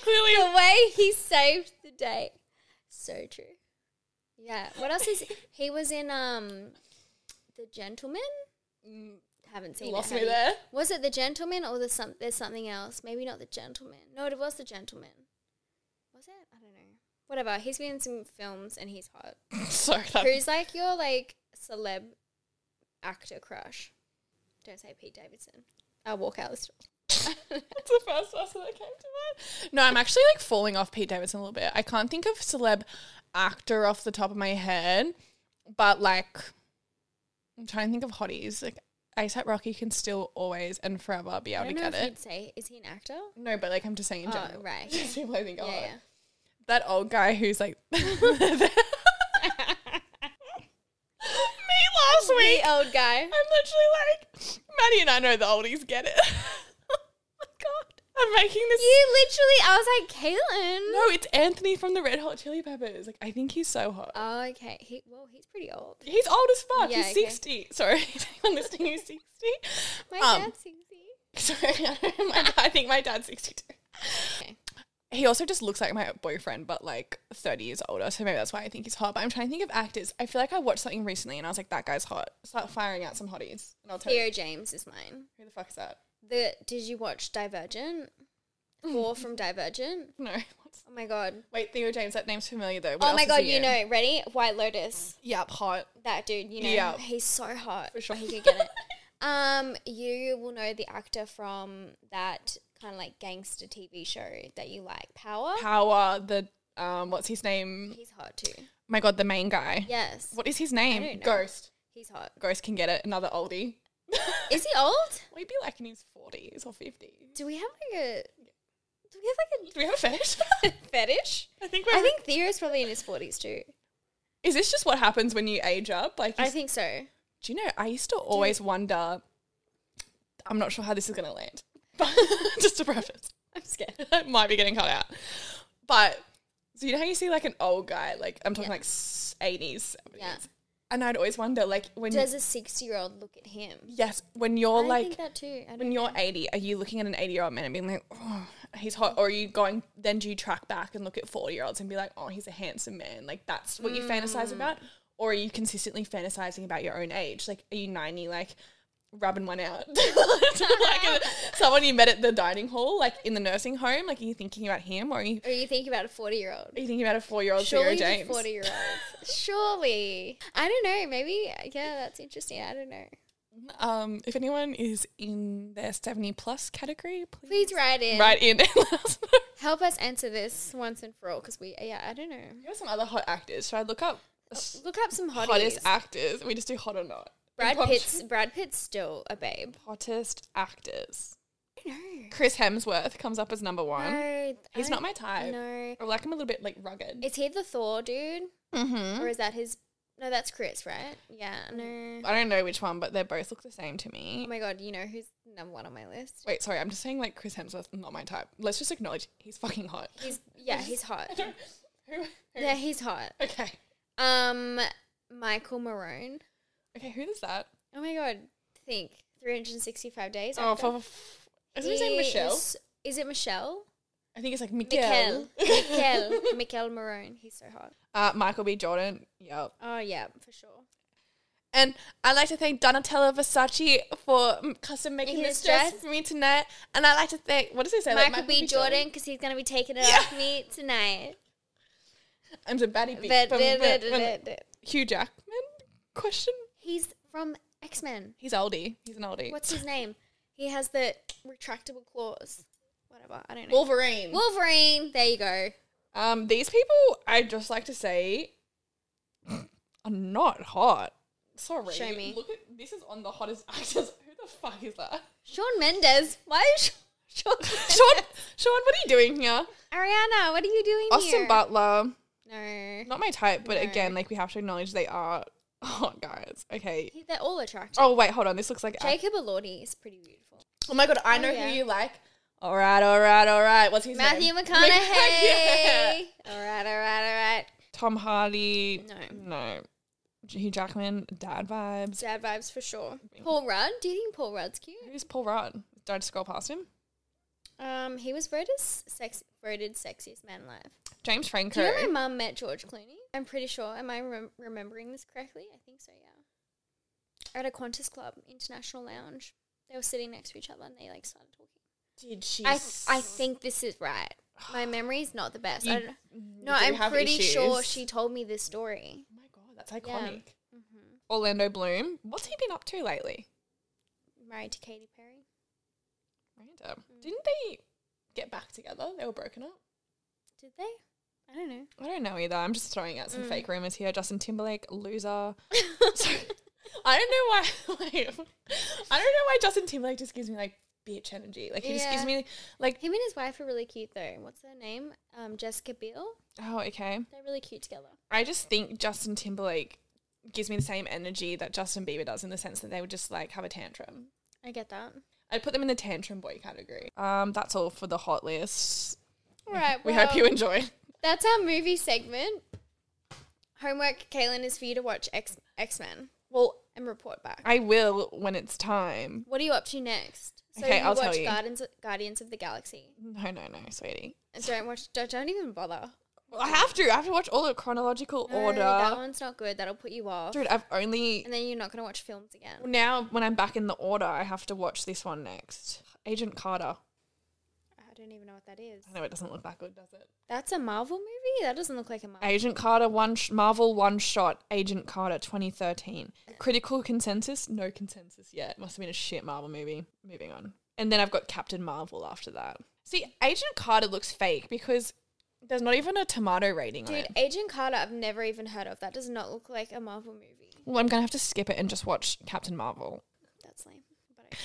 S2: clearly a
S1: way he saved the day. So true. Yeah. What else is he was in? Um, The Gentleman. Haven't seen.
S2: Mm, You
S1: it,
S2: lost
S1: have
S2: me
S1: you?
S2: there.
S1: Was it The Gentleman or the some? There's something else. Maybe not The Gentleman. No, it was The Gentleman. Was it? I don't know. Whatever. He's been in some films and he's hot.
S2: Sorry, that-
S1: Who's like your like celeb actor crush? Don't say Pete Davidson. I'll walk out the store.
S2: That's the first person that came to mind. No, I'm actually like falling off Pete Davidson a little bit. I can't think of celeb actor off the top of my head, but like I'm trying to think of hotties. Like ASAP Rocky can still always and forever be
S1: I
S2: able to
S1: don't know
S2: get
S1: if
S2: it.
S1: you'd say is he an actor?
S2: No, but like I'm just saying in
S1: Oh,
S2: general.
S1: right.
S2: Just people I think are
S1: Yeah,
S2: hot.
S1: yeah.
S2: That old guy who's like me last
S1: Hey,
S2: week.
S1: old guy.
S2: I'm literally like, Maddie and I know the oldies get it. oh my god. I'm making this.
S1: You literally, I was like Caitlin.
S2: No, it's Anthony from the Red Hot Chili Peppers. Like, I think he's so hot.
S1: Oh, okay. He well, he's pretty old.
S2: he's old as fuck.
S1: Yeah,
S2: he's
S1: okay.
S2: 60. Sorry, I'm listening who's 60.
S1: My
S2: Um,
S1: dad's sixty.
S2: Sorry, my dad, I think my dad's 62.
S1: Okay.
S2: He also just looks like my boyfriend, but like 30 years older. So maybe that's why I think he's hot. But I'm trying to think of actors. I feel like I watched something recently and I was like, that guy's hot. Start firing out some hotties. And I'll tell
S1: Theo
S2: you.
S1: James is mine.
S2: Who the fuck is that?
S1: The did you watch Divergent? Four from Divergent.
S2: No. What's,
S1: Oh my god.
S2: wait, Theo James, that name's familiar though. What
S1: oh
S2: else
S1: my
S2: is
S1: god.
S2: he
S1: You
S2: in?
S1: know, ready? White Lotus.
S2: Yep, hot.
S1: that dude, you know,
S2: Yeah.
S1: he's so hot.
S2: For sure.
S1: He could get it. um, you will know the actor from that kind of like gangster TV show that you like, Power.
S2: Power, the, um, what's his name?
S1: He's hot too.
S2: My god, the main guy.
S1: Yes.
S2: What is his
S1: I
S2: name?
S1: don't know.
S2: Ghost.
S1: He's hot.
S2: Ghost can get it. Another oldie.
S1: Is he old?
S2: We'd be like in his forties or fifties.
S1: Do we have like a do we
S2: Do we have a fetish?
S1: have like a fetish?
S2: I think we're.
S1: I think Theo's probably in his forties too.
S2: is this just what happens when you age up? Like,
S1: I
S2: you-
S1: think so.
S2: do you know? I used to always wonder. I'm not sure how this is going to land, but just to preface, I'm scared. it might be getting cut out. But so you know how you see like an old guy, like I'm talking like s- 80s, 70s,
S1: Yeah.
S2: and I'd always wonder, like when you,
S1: Does a six year old look at him?
S2: yes, when you're
S1: I
S2: like
S1: think that too. I
S2: when
S1: don't
S2: you're 80 are you looking at an 80 year old man and being like oh he's hot or are you going then do you track back and look at 40 year olds and be like oh he's a handsome man like that's what you fantasize about or are you consistently fantasizing about your own age like are you 90 like rubbing one out like someone you met at the dining hall like in the nursing home like are you thinking about him or are you,
S1: or you think about a forty year old.
S2: are you thinking about a four year old Sarah
S1: Surely
S2: James
S1: forty year olds. Surely. I don't know. Maybe yeah, that's interesting. I don't know.
S2: um if anyone is in their 70 plus category please,
S1: Please write in.
S2: write in and let us know
S1: Help us answer this once and for all because we yeah, I don't know.
S2: Here are some other hot actors. Should I look up s-
S1: Look up some hotties.
S2: hottest actors? We just do hot or not.
S1: Brad
S2: Impromptu.
S1: Pitt's Brad Pitt's still a babe.
S2: hottest actors. Chris Hemsworth comes up as number one.
S1: No,
S2: He's
S1: I
S2: not
S1: don't
S2: my type.
S1: know.
S2: I like him a little bit like rugged.
S1: Is he the Thor dude? Mm-hmm. Or is that his No, that's Chris, right? Yeah, no.
S2: I don't know which one, but they both look the same to me.
S1: Oh my god, you know who's number one on my list?
S2: Wait, sorry, I'm just saying like Chris Hemsworth, not my type. Let's just acknowledge he's fucking hot.
S1: He's yeah, he's hot.
S2: Who- who-
S1: Yeah, he's hot.
S2: okay.
S1: Um Michael Marone.
S2: Okay, who is that?
S1: Oh my god, think. 365 days.
S2: Oh,
S1: after.
S2: for, isn't his name
S1: He
S2: Michelle?
S1: Is, is it Michelle?
S2: I think it's like
S1: Mikel.
S2: Michelle.
S1: Mikel. Mikel Marone. He's so hot.
S2: Uh, Michael B. Jordan. Yep.
S1: Oh yeah, for sure.
S2: And I'd like to thank Donatella Versace for mm, custom making
S1: His
S2: this dress
S1: dress.
S2: for me tonight. And I'd like to thank, what does it say? Like,
S1: Michael, B. Jordan, because he's gonna be taking it off me tonight.
S2: I'm a baddie beat.
S1: But-
S2: Bum,
S1: but-
S2: bum,
S1: but-
S2: bum.
S1: but- but-
S2: Hugh Jackman? Question?
S1: He's from X Men.
S2: He's oldie. He's an oldie.
S1: What's his name? He has the retractable claws. Whatever. I don't know.
S2: Wolverine.
S1: Wolverine. There you go.
S2: Um, these people, I'd just like to say, are not hot. Sorry.
S1: Show me.
S2: Look at this is on the hottest actors. Who the fuck is that?
S1: Sean Mendes. Why is Sean?
S2: Sean, Sean, what are you doing here?
S1: Ariana, what are you doing
S2: Austin
S1: here?
S2: Butler,
S1: No.
S2: not my type, but
S1: No.
S2: again, like we have to acknowledge they are hot guys. Okay.
S1: He- They're all attractive.
S2: Oh wait, hold on. This looks like
S1: Jacob Elordi is pretty beautiful.
S2: Oh my god, I
S1: Oh,
S2: know
S1: yeah.
S2: who you like. All right, all right, all right. What's his
S1: Matthew
S2: name? Yeah.
S1: McConaughey. All right, all right, all right.
S2: Tom Hardy.
S1: No.
S2: No. Hugh Jackman, dad vibes.
S1: Dad vibes for sure. Paul Rudd. Do you think Paul Rudd's cute?
S2: Who's Paul Rudd? Did I just scroll past him?
S1: Um, he was voted sex voted sexiest man alive.
S2: James
S1: Do
S2: Franco.
S1: you know my mum met George Clooney? I'm pretty sure. Am I rem- remembering this correctly? I think so. Yeah. At a Qantas Club International Lounge, they were sitting next to each other and they like started talking.
S2: Did she?
S1: I I think this is right. My memory's not the best. I
S2: You-
S1: don't, no,
S2: do
S1: I'm
S2: have
S1: pretty sure
S2: issues.
S1: she told me this story.
S2: Oh my god, that's iconic.
S1: Mm-hmm.
S2: Orlando Bloom. What's he been up to lately?
S1: Married to Katy Perry.
S2: Random.
S1: Mm.
S2: Didn't they get back together? They were broken up.
S1: Did they? I don't know.
S2: I don't know either. I'm just throwing out some
S1: Mm.
S2: fake rumors here. Justin Timberlake, loser. I don't know why. Like, I don't know why Justin Timberlake just gives me like bitch energy. Like he just gives
S1: Yeah.
S2: me like,
S1: Him and his wife are really cute though. What's her name? Um, Jessica Biel.
S2: oh okay.
S1: They're really cute together.
S2: I just think Justin Timberlake gives me the same energy that Justin Bieber does in the sense that they would just like have a tantrum.
S1: I get that.
S2: I'd put them in the tantrum boy category. Um, that's all for the hot list.
S1: All right.
S2: We hope you enjoy.
S1: That's our movie segment. Homework, Kaylin, is for you to watch X X Men
S2: Well,
S1: and report back.
S2: I will when it's time.
S1: what are you up to next?
S2: Okay,
S1: you
S2: I'll
S1: watch
S2: tell you.
S1: Guardians Guardians of the Galaxy.
S2: No, no, no, sweetie.
S1: And don't watch. Don't, don't even bother.
S2: Well, I have to. I have to watch all the chronological
S1: No,
S2: order.
S1: That one's not good. That'll put you off.
S2: Dude, I've only
S1: And then you're not gonna watch films again.
S2: now when I'm back in the order, I have to watch this one next. Agent Carter.
S1: I don't even know what that is.
S2: I know it doesn't look that good, does it?
S1: That's a Marvel movie. That doesn't look like a Marvel.
S2: Agent Carter one sh- Marvel one shot Agent Carter 2013. Critical consensus? No consensus yet. Must have been a shit Marvel movie. Moving on. And then I've got Captain Marvel after that. See, Agent Carter looks fake because there's not even a tomato rating on
S1: Dude,
S2: it.
S1: Agent Carter. I've never even heard of. That does not look like a Marvel movie.
S2: Well, I'm going to have to skip it and just watch Captain Marvel.
S1: That's lame. But okay,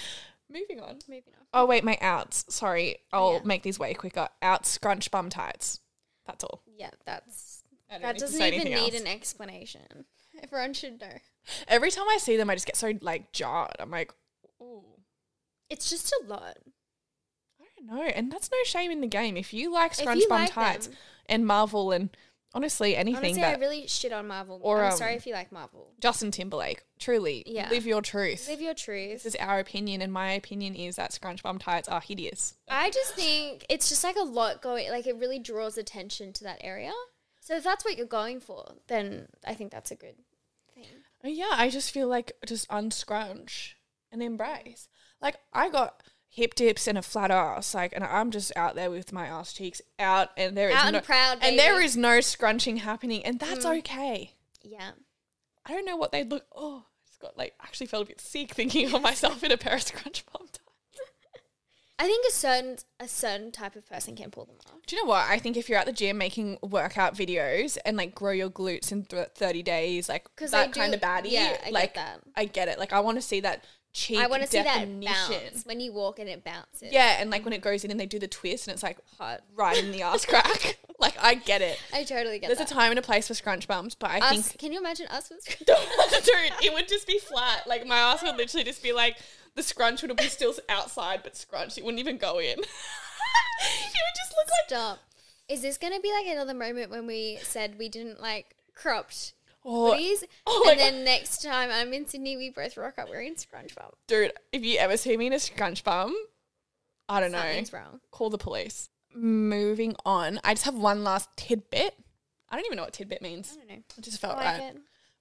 S2: Moving on.
S1: moving on.
S2: Oh, wait, my outs. Sorry. I'll
S1: yeah.
S2: make these way quicker. Outs, scrunch bum tights. That's all.
S1: Yeah, that's
S2: I don't
S1: that
S2: need to
S1: doesn't
S2: say
S1: even
S2: anything
S1: need
S2: else.
S1: an explanation. Everyone should know.
S2: Every time I see them, I just get so like jarred. I'm like, ooh.
S1: It's just a lot.
S2: I don't know, and that's no shame in the game. If you like
S1: If you
S2: SpongeBob
S1: like
S2: tights
S1: them.
S2: and Marvel and honestly anything
S1: Honestly, I
S2: that
S1: really shit on Marvel.
S2: Or,
S1: I'm
S2: um,
S1: sorry if you like Marvel.
S2: Justin Timberlake, truly,
S1: Yeah.
S2: live your truth.
S1: Live your
S2: this
S1: truth.
S2: is our opinion, and my opinion is that SpongeBob tights are hideous.
S1: I just think it's just like a lot going. Like it really draws attention to that area. So if that's what you're going for, then I think that's a good thing.
S2: Uh, Yeah, I just feel like just unscrunch and embrace. Like I got hip dips and a flat ass, like, and I'm just out there with my ass cheeks out, and Mm. there is
S1: Out and
S2: no-
S1: proud,
S2: and there
S1: baby.
S2: is no scrunching happening, and that's okay.
S1: Yeah.
S2: I don't know what they'd look. Oh, I just got like actually felt a bit sick thinking of myself in a pair of scrunch bum tights.
S1: I think a certain a certain type of person can pull them off.
S2: Do you know what? I think if you're at the gym making workout videos and like grow your glutes in th- 30 days, like
S1: 'Cause
S2: that
S1: they
S2: kind of
S1: do-
S2: baddie,
S1: yeah, I get
S2: like
S1: that.
S2: I get it. Like I want to see that cheek.
S1: I want to see that
S2: definition.
S1: bounce when you walk and it bounces.
S2: Yeah, and like when it goes in and they do the twist and it's like hot right in the ass crack. like I get it.
S1: I totally get
S2: There's
S1: that.
S2: a time and a place for scrunch bumps, but I
S1: Us,
S2: think
S1: can you imagine us with
S2: dude, it would just be flat. Like my ass would literally just be like the scrunch would be still outside, but scrunch it wouldn't even go in. it would just look like
S1: Stop. Is this gonna be like another moment when we said we didn't like cropped
S2: Oh,
S1: hoodies,
S2: oh my
S1: and then next time I'm in Sydney, we both rock up wearing SpongeBob.
S2: dude, if you ever see me in a scrunch bum, I don't know.
S1: Something's wrong.
S2: Call the police. Moving on, I just have one last tidbit. I don't even know what tidbit means.
S1: I don't know.
S2: It just felt
S1: I
S2: right.
S1: like it.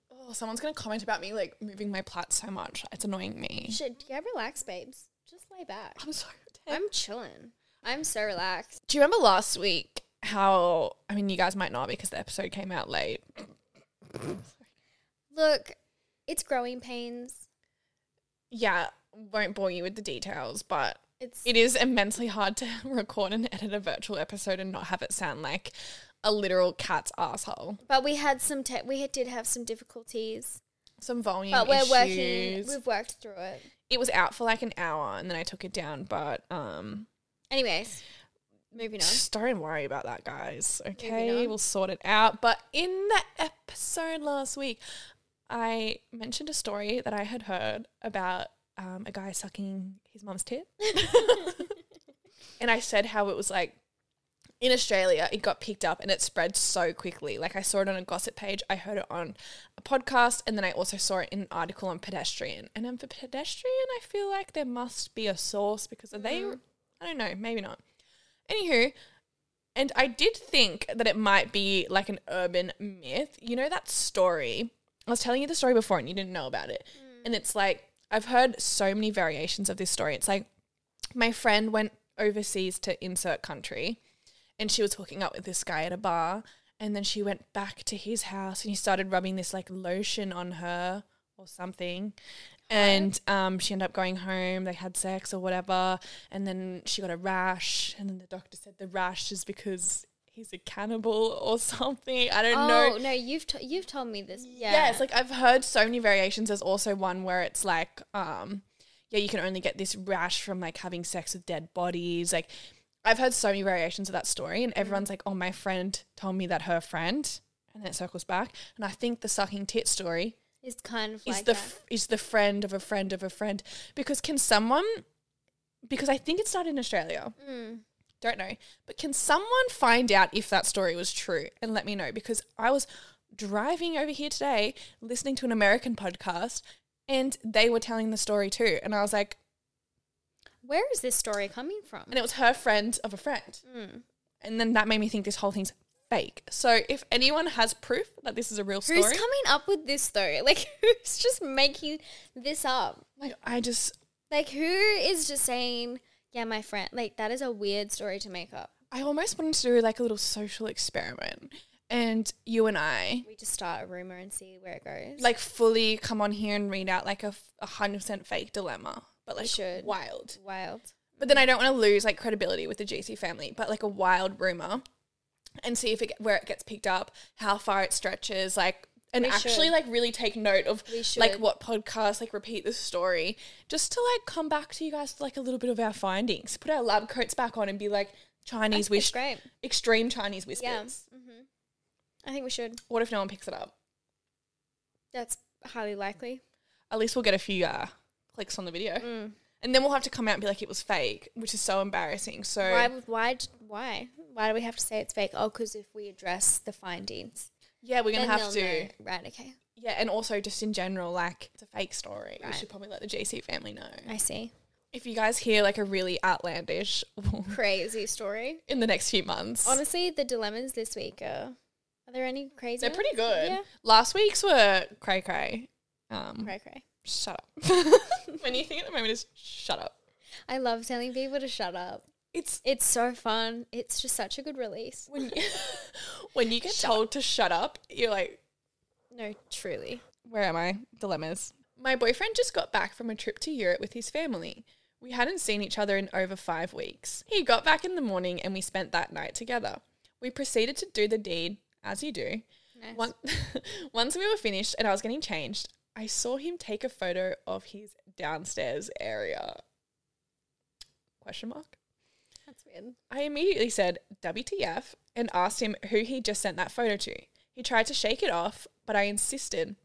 S2: Oh, someone's gonna comment about me like moving my plats so much. It's annoying me.
S1: Shit, yeah, relax, babes. Just lay back.
S2: I'm so tense.
S1: I'm chilling. I'm so relaxed.
S2: Um, Do you remember last week how I mean you guys might not because the episode came out late.
S1: Look, it's growing pains.
S2: Yeah, won't bore you with the details, but
S1: It's
S2: it is immensely hard to record and edit a virtual episode and not have it sound like a literal cat's asshole.
S1: but we had some te- we did have some difficulties,
S2: Some volume
S1: but we're
S2: issues.
S1: working. We've worked through it.
S2: it was out for like an hour and then I took it down, but um
S1: Anyways, moving on.
S2: Just don't worry about that, guys.
S1: Moving
S2: Okay,
S1: on.
S2: we'll sort it out. But in the episode last week, I mentioned a story that I had heard about um, a guy sucking his mom's tit. and I said how it was like in Australia, it got picked up and it spread so quickly. Like I saw it on a gossip page, I heard it on a podcast, and then I also saw it in an article on pedestrian. And um, for pedestrian, I feel like there must be a source because are they?
S1: Mm-hmm.
S2: I don't know, maybe not. Anywho, and I did think that it might be like an urban myth. You know that story? I was telling you the story before and you didn't know about it. And it's like, I've heard so many variations of this story. It's like, my friend went overseas to insert country and she was hooking up with this guy at a bar. And then she went back to his house and he started rubbing this like lotion on her or something. And um, she ended up going home. They had sex or whatever. And then she got a rash. And then the doctor said the rash is because he's a cannibal or something. I don't know.
S1: Oh no, you've t- you've told me this. Yeah,
S2: Yes, like I've heard so many variations. There's also one where it's like, um, yeah, you can only get this rash from like having sex with dead bodies. Like, I've heard so many variations of that story, and everyone's like, oh, my friend told me that her friend, and then it circles back. And I think the sucking tit story
S1: it's kind of
S2: is
S1: like
S2: the
S1: that.
S2: f- is the friend of a friend of a friend because can someone because I think it started in Australia.
S1: Mm.
S2: Don't know. But can someone find out if that story was true and let me know because I was driving over here today listening to an American podcast and they were telling the story too and I was like
S1: Where is this story coming from?
S2: and it was her friend of a friend.
S1: Mm.
S2: And then that made me think this whole thing's fake. So if anyone has proof that this is a real story
S1: Who's coming up with this though? Like who's just making this up?
S2: like I just
S1: Like who is just saying, yeah, my friend? Like that is a weird story to make up.
S2: I almost wanted to do like a little social experiment. And you and I,
S1: We just start a rumor and see where it goes.
S2: like, fully come on here and read out like a f- a hundred percent fake dilemma, but like
S1: should.
S2: wild.
S1: wild.
S2: But then I don't want to lose like credibility with the GC family, but like a wild rumor, and see if it get- where it gets picked up, how far it stretches, like, and
S1: We
S2: actually
S1: should.
S2: like really take note of
S1: We
S2: like
S1: should.
S2: what podcast, like repeat the story, just to like come back to you guys with like a little bit of our findings, put our lab coats back on, and be like Chinese
S1: It's
S2: wish,
S1: great.
S2: extreme Chinese whispers.
S1: Yeah. hmm I think we should.
S2: What if no one picks it up?
S1: That's highly likely.
S2: At least we'll get a few uh, clicks on the video.
S1: Mm.
S2: And then we'll have to come out and be like, it was fake, which is so embarrassing. So,
S1: Why would why d- why why do we have to say it's fake? Oh, because if we address the findings,
S2: yeah, we're going to
S1: then
S2: have to.
S1: they'll know. Right. Okay.
S2: Yeah, and also just in general, like, it's a fake story. We
S1: Right.
S2: should probably let the JC family know.
S1: I see.
S2: If you guys hear like a really outlandish
S1: Crazy story.
S2: in the next few months,
S1: Honestly, the dilemmas this week are. Are there any crazy?
S2: they're
S1: ones?
S2: pretty good.
S1: Yeah.
S2: Last week's were cray cray. Um,
S1: Cray cray.
S2: Shut up. My new thing at the moment is shut up.
S1: I love telling people to shut up.
S2: It's
S1: It's so fun. It's just such a good release.
S2: when you, when you get told to shut up, you're like,
S1: No, truly.
S2: Where am I? Dilemmas. My boyfriend just got back from a trip to Europe with his family. We hadn't seen each other in over five weeks. He got back in the morning and we spent that night together. We proceeded to do the deed, as you do. Once, once we were finished and I was getting changed, I saw him take a photo of his downstairs area. Question mark?
S1: That's weird.
S2: I immediately said, WTF, and asked him who he just sent that photo to. He tried to shake it off, but I insisted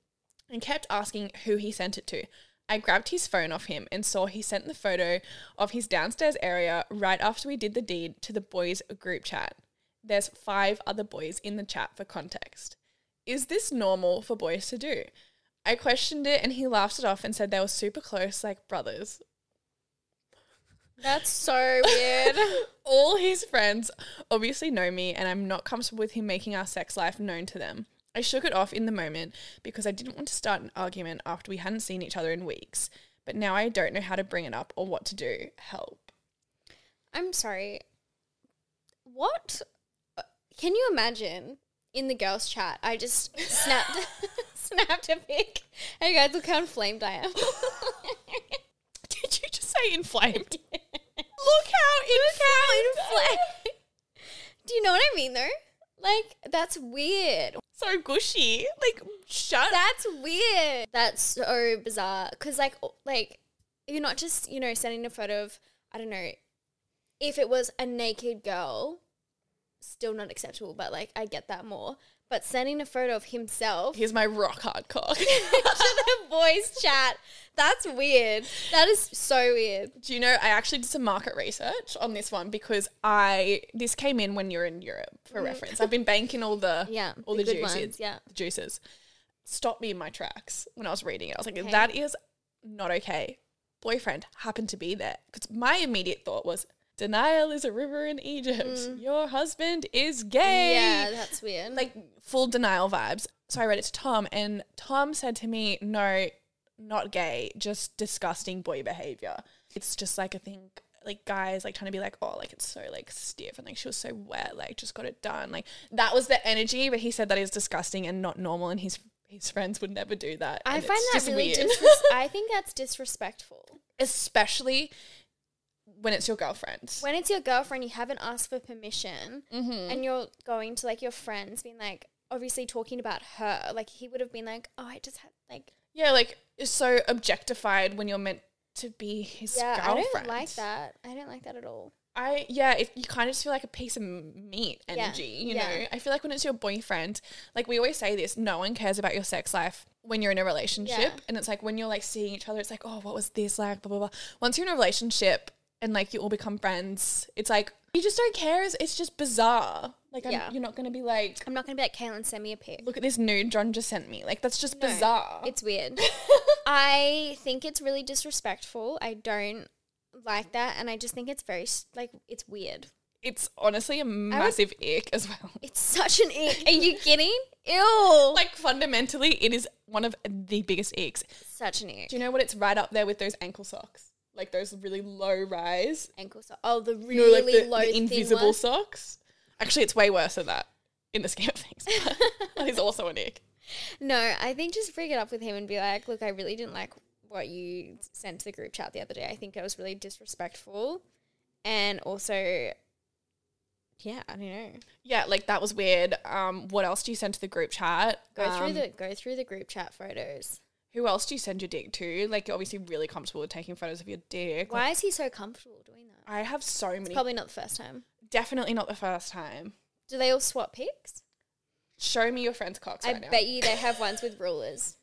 S2: and kept asking who he sent it to. I grabbed his phone off him and saw he sent the photo of his downstairs area right after we did the deed to the boys' group chat. There's five other boys in the chat for context. Is this normal for boys to do? I questioned it and he laughed it off and said they were super close, like brothers.
S1: That's so weird.
S2: all his friends obviously know me, and I'm not comfortable with him making our sex life known to them. I shook it off in the moment because I didn't want to start an argument after we hadn't seen each other in weeks. But now I don't know how to bring it up or what to do. Help.
S1: I'm sorry. What? uh, Can you imagine in the girls' chat? I just snapped snapped a pic. Hey guys, look how inflamed I am.
S2: Did you just say inflamed? Look how inflamed.
S1: Inflamed. Do you know what I mean though? Like that's weird.
S2: So gushy. Like shut up.
S1: That's weird. That's so bizarre. Cause like o- like you're not just you know sending a photo of I don't know if it was a naked girl, still not acceptable. But like I get that more. But sending a photo of himself
S2: Here's my rock hard cock.
S1: to the boys chat, that's weird. That is so weird.
S2: Do you know? I actually did some market research on this one because I this came in when you're in Europe for reference. I've been banking all the
S1: Mm. Yeah,
S2: all the,
S1: the good
S2: juices,
S1: ones, yeah.
S2: the juices. Stopped me in my tracks when I was reading it. I was like, that is not okay. Boyfriend happened to be there because my immediate thought was denial is a river in Egypt. Your husband is gay
S1: Mm. Yeah, that's weird.
S2: like full denial vibes. So I read it to Tom, and Tom said to me, No, not gay, just disgusting boy behavior. It's just like, I think, like guys like trying to be like, Oh, like it's so like stiff, and like she was so wet, like just got it done. Like that was the energy, but he said that is disgusting and not normal, and his his friends would never do that.
S1: I
S2: and
S1: find
S2: it's
S1: that
S2: just
S1: really
S2: weird.
S1: disres- I think that's disrespectful.
S2: especially when it's your girlfriend.
S1: When it's your girlfriend, you haven't asked for permission,
S2: Mm-hmm.
S1: and you're going to like your friends, being like, obviously talking about her. Like he would have been like, "Oh, I just had like,
S2: yeah, like it's so objectified when you're meant to be his
S1: yeah, I
S2: girlfriend.
S1: don't like that. I don't like that at all."
S2: I yeah, it, you kind of just feel like a piece of meat energy, you
S1: yeah.
S2: know. I feel like when it's your boyfriend, like we always say this, no one cares about your sex life when you're in a relationship,
S1: Yeah.
S2: and it's like when you're like seeing each other, it's like, oh, what was this like, blah blah blah. Once you're in a relationship and like you all become friends, it's like you just don't care. It's, it's just bizarre. Like I'm,
S1: Yeah.
S2: you're not gonna be like,
S1: I'm not gonna be like, "Kaylin, send me a pic."
S2: look at this nude John just sent me. Like that's just
S1: No,
S2: bizarre.
S1: It's weird. I think it's really disrespectful. I don't like that, and I just think it's very s- like it's weird.
S2: it's honestly a massive ick as well.
S1: It's such an ick. Are you kidding? Ew! Like
S2: Like fundamentally, it is one of the biggest icks.
S1: such an ick.
S2: Do you know what? It's right up there with those ankle socks, like those really low rise,
S1: ankle sock. Oh, the
S2: you know,
S1: really
S2: like the, the
S1: low, thin
S2: invisible
S1: one.
S2: socks. Actually, it's way worse than that in the scheme of things. but that is also an ick.
S1: No, I think just bring it up with him and be like, "Look, I really didn't like what you sent to the group chat the other day. I think it was really disrespectful, and also, yeah, I don't know.
S2: Yeah, like that was weird. Um, what else do you send to the group chat?
S1: Go
S2: Um,
S1: through the go through the group chat photos.
S2: Who else do you send your dick to? Like, you're obviously really comfortable with taking photos of your dick. Like,
S1: Why is he so comfortable doing that?
S2: I have so many.
S1: Probably not the first time.
S2: definitely not the first time.
S1: Do they all swap pics?
S2: Show me your friend's cocks
S1: I
S2: right now.
S1: bet you they have ones with rulers.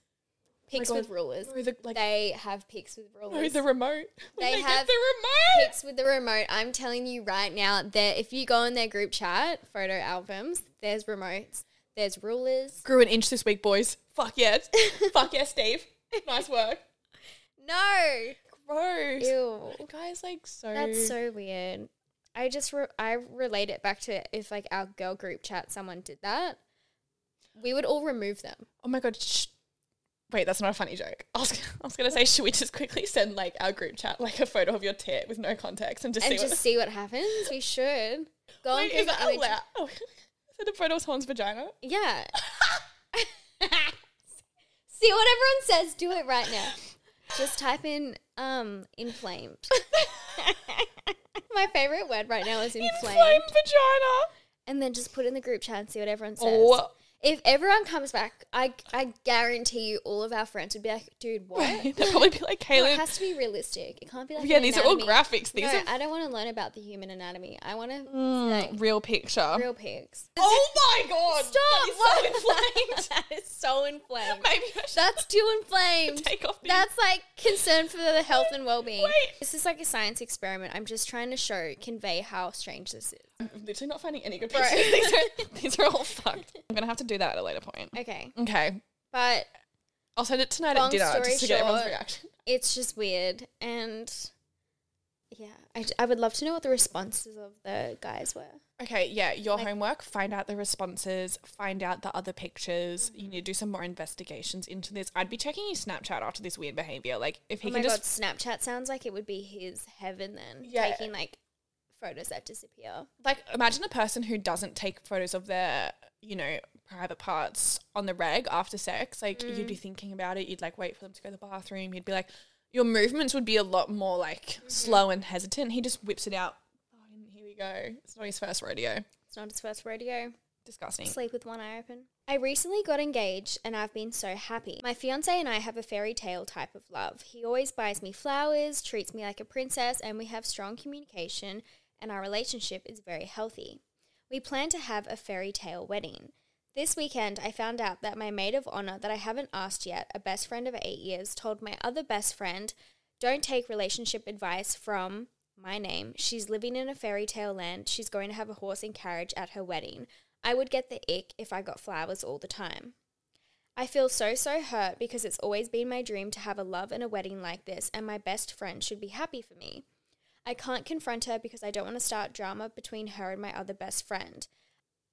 S1: Pics
S2: God.
S1: with rulers.
S2: No, the, like,
S1: they have pics with
S2: no,
S1: rulers.
S2: the remote. When
S1: They
S2: get
S1: have
S2: the remote.
S1: pics with the remote. I'm telling you right now that if you go in their group chat, photo albums, there's remotes, there's rulers.
S2: Grew an inch this week, boys. Fuck yes. Fuck yes, Steve. Nice work.
S1: No.
S2: Gross.
S1: Ew.
S2: The guy's like so.
S1: That's so weird. I just re- I relate it back to if like our girl group chat someone did that, we would all remove them.
S2: Oh my god. Sh- Wait, that's not a funny joke. I was, I was gonna say, should we just quickly send like our group chat like a photo of your tit with no context and just
S1: and
S2: see
S1: just
S2: what?
S1: see what happens. We should go
S2: Wait,
S1: and click
S2: is that
S1: image-
S2: allowed? Oh, send a photo of someone's vagina.
S1: Yeah. see what everyone says. Do it right now. Just type in um inflamed. My favorite word right now is inflamed,
S2: Inflamed vagina.
S1: and then just put in the group chat and see what everyone says.
S2: Oh,
S1: If everyone comes back, I I guarantee you all of our friends would be like, "Dude, what?"
S2: they'd probably be like,
S1: No, it
S2: Kaylin.
S1: has to be realistic. It can't be like
S2: Yeah,
S1: an
S2: these are all
S1: anatomy.
S2: graphics. These
S1: no,
S2: are Mm.
S1: I don't want to learn about the human anatomy. I want to like
S2: real picture.
S1: real pigs.
S2: Oh my god!
S1: Stop!
S2: That is so
S1: What?
S2: inflamed.
S1: that is so inflamed.
S2: Maybe I should
S1: That's too inflamed.
S2: take off the
S1: That's like concern for the health and well-being.
S2: Wait.
S1: This is like a science experiment. I'm just trying to show, convey how strange this is.
S2: I'm literally not finding any good pictures. these, are, these are all fucked. I'm gonna have to do that at a later point.
S1: Okay,
S2: Okay.
S1: but
S2: I'll send it tonight
S1: Long
S2: at dinner
S1: story
S2: just to get everyone's
S1: short.
S2: reaction.
S1: it's just weird, and yeah, I, j- I would love to know what the responses of the guys were.
S2: Okay, yeah, your homework, find out the responses, find out the other pictures. You need to do some more investigations into this. I'd be checking your Snapchat after this weird behavior. Like, if he
S1: oh my
S2: can just.
S1: god, Snapchat sounds like it would be his heaven then.
S2: Yeah.
S1: Taking like photos that disappear.
S2: Like, imagine a person who doesn't take photos of their, you know, private parts on the reg after sex. Like, you'd
S1: Mm.
S2: be thinking about it. You'd, like, wait for them to go to the bathroom. You'd be like, your movements would be a lot more, like,
S1: Mm-hmm.
S2: slow and hesitant. He just whips it out. Oh, and here we go. It's not his first rodeo.
S1: It's not his first rodeo.
S2: Disgusting.
S1: Sleep with one eye open. I recently got engaged and I've been so happy. My fiance and I have a fairy tale type of love. He always buys me flowers, treats me like a princess, and we have strong communication, and our relationship is very healthy. We plan to have a fairy tale wedding. This weekend, I found out that my maid of honor that I haven't asked yet, a best friend of eight years, told my other best friend, Don't take relationship advice from my name. She's living in a fairy tale land. She's going to have a horse and carriage at her wedding. I would get the ick if I got flowers all the time. I feel so, so hurt because it's always been my dream to have a love and a wedding like this, and my best friend should be happy for me. I can't confront her because I don't want to start drama between her and my other best friend.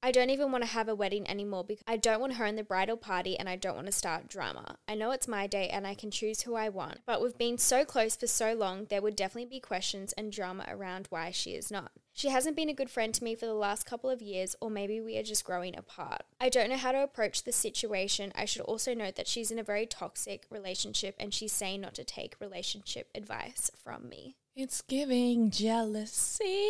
S1: I don't even want to have a wedding anymore because I don't want her in the bridal party and I don't want to start drama. I know it's my day and I can choose who I want, but we've been so close for so long, there would definitely be questions and drama around why she is not. She hasn't been a good friend to me for the last couple of years, or maybe we are just growing apart. I don't know how to approach the situation. I should also note that she's in a very toxic relationship and she's saying not to take relationship advice from me.
S2: It's giving jealousy.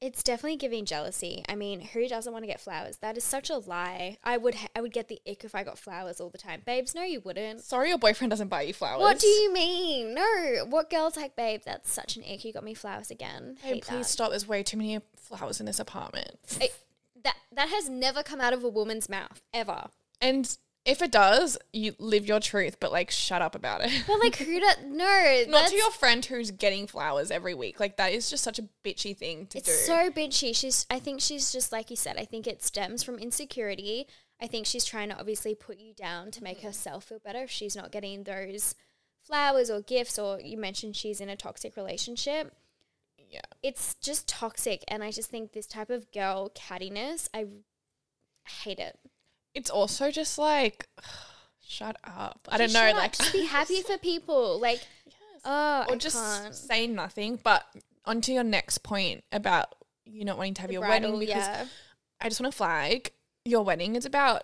S1: It's definitely giving jealousy. I mean, who doesn't want to get flowers? That is such a lie. I would ha- I would get the ick if I got flowers all the time. Babes, no you wouldn't.
S2: Sorry, your boyfriend doesn't buy you flowers.
S1: What do you mean? No. What girl's like, babe, that's such an ick. You got me flowers again.
S2: Hey,
S1: Hate
S2: please
S1: that.
S2: stop. There's way too many flowers in this apartment.
S1: It- that that has never come out of a woman's mouth ever.
S2: And if it does, you live your truth, but like shut up about it.
S1: But like who does no,
S2: Not
S1: that's-
S2: to your friend who's getting flowers every week. Like that is just such a bitchy thing to
S1: it's
S2: do.
S1: so bitchy. She's I think she's just like you said, I think it stems from insecurity. I think she's trying to obviously put you down to
S2: Mm.
S1: make herself feel better if she's not getting those flowers or gifts or you mentioned she's in a toxic relationship.
S2: yeah.
S1: It's just toxic and I just think this type of girl cattiness, I hate it.
S2: It's also just like shut up. I don't
S1: Just
S2: know,
S1: shut up.
S2: like
S1: just be happy for people. Like oh
S2: or
S1: I
S2: just
S1: can't.
S2: say nothing. But onto your next point about you not wanting to have
S1: The
S2: your
S1: bridal,
S2: wedding because
S1: yeah.
S2: I just want to flag your wedding is about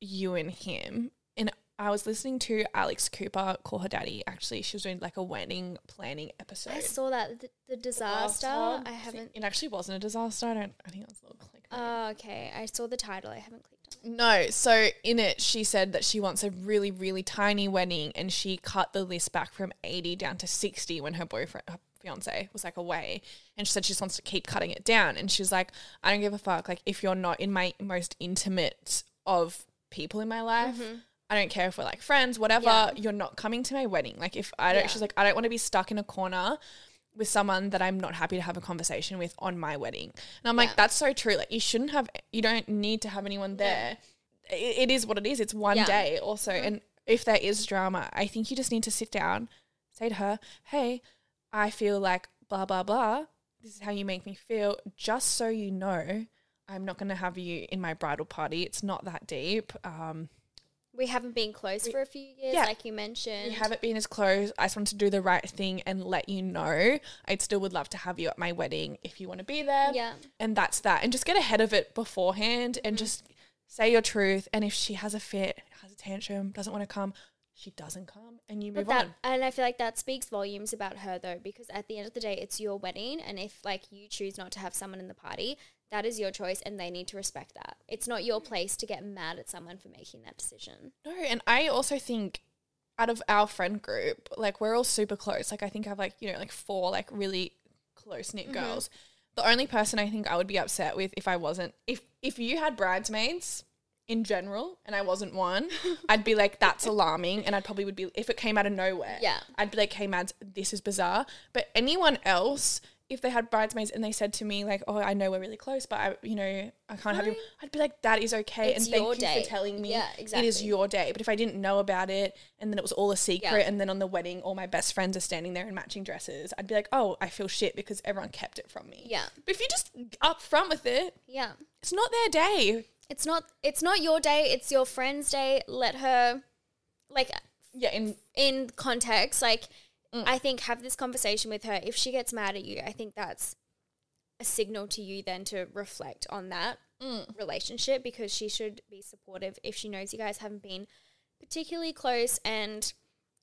S2: you and him. And I was listening to Alex Cooper call her daddy. Actually, she was doing like a wedding planning episode.
S1: I saw that the, the disaster. I
S2: think-
S1: haven't
S2: It actually wasn't a disaster. I don't. I think it was a little click.
S1: Oh, okay. I saw the title. I haven't clicked on it.
S2: No, so in it, she said that she wants a really, really tiny wedding, and she cut the list back from eighty down to sixty when her boyfriend, her fiance, was like away, and she said she just wants to keep cutting it down. And she was like, I don't give a fuck. Like, if you're not in my most intimate of people in my life. I don't care if we're like friends, whatever.
S1: Mm-hmm. Yeah.
S2: You're not coming to my wedding. Like if I don't,
S1: Yeah.
S2: she's like, I don't want to be stuck in a corner with someone that I'm not happy to have a conversation with on my wedding. And I'm
S1: Yeah.
S2: like, that's so true. Like you shouldn't have, you don't need to have anyone there. I- It is what it is. It's one
S1: Yeah. Uh-huh.
S2: day also. And if there is drama, I think you just need to sit down, say to her, hey, I feel like blah, blah, blah. This is how you make me feel. Just so you know, I'm not going to have you in my bridal party. It's not that deep. Um,
S1: We haven't been close for a few years,
S2: yeah.
S1: like you mentioned.
S2: we haven't been as close. I just want to do the right thing and let you know. I still would love to have you at my wedding if you want to be there.
S1: Yeah.
S2: And that's that. And just get ahead of it beforehand
S1: Mm.
S2: and just say your truth. And if she has a fit, has a tantrum, doesn't want to come, she doesn't come and you
S1: But
S2: move
S1: that,
S2: on.
S1: and I feel like that speaks volumes about her though, because at the end of the day, it's your wedding, and if like you choose not to have someone in the party, that is your choice, and they need to respect that. It's not your place to get mad at someone for making that decision.
S2: No, and I also think out of our friend group, like we're all super close. Like I think I have like, you know, like four like really close
S1: Mm-hmm.
S2: knit girls. The only person I think I would be upset with if I wasn't if if you had bridesmaids in general and I wasn't one, I'd be like, that's alarming and I'd probably would be if it came out of nowhere.
S1: Yeah.
S2: I'd be like, hey Mads, this is bizarre. But anyone else, if they had bridesmaids and they said to me like, "Oh, I know we're really close, but I, you know, I can't have you," I'd be like, "That is okay,"
S1: It's
S2: and thank
S1: your
S2: you
S1: day.
S2: for telling me.
S1: Yeah,
S2: It is
S1: exactly.
S2: your day. But if I didn't know about it and then it was all a
S1: Yeah.
S2: secret, and then on the wedding, all my best friends are standing there in matching dresses, I'd be like, "Oh, I feel shit because everyone kept it from me."
S1: Yeah.
S2: But if you just up front with it,
S1: Yeah.
S2: it's not their day.
S1: It's not it's not your day, it's your friend's day. Let her like
S2: Yeah, and
S1: in context, like I think have this conversation with her. If she gets mad at you, I think that's a signal to you then to reflect on that relationship because she should be supportive if she knows you guys haven't been particularly close and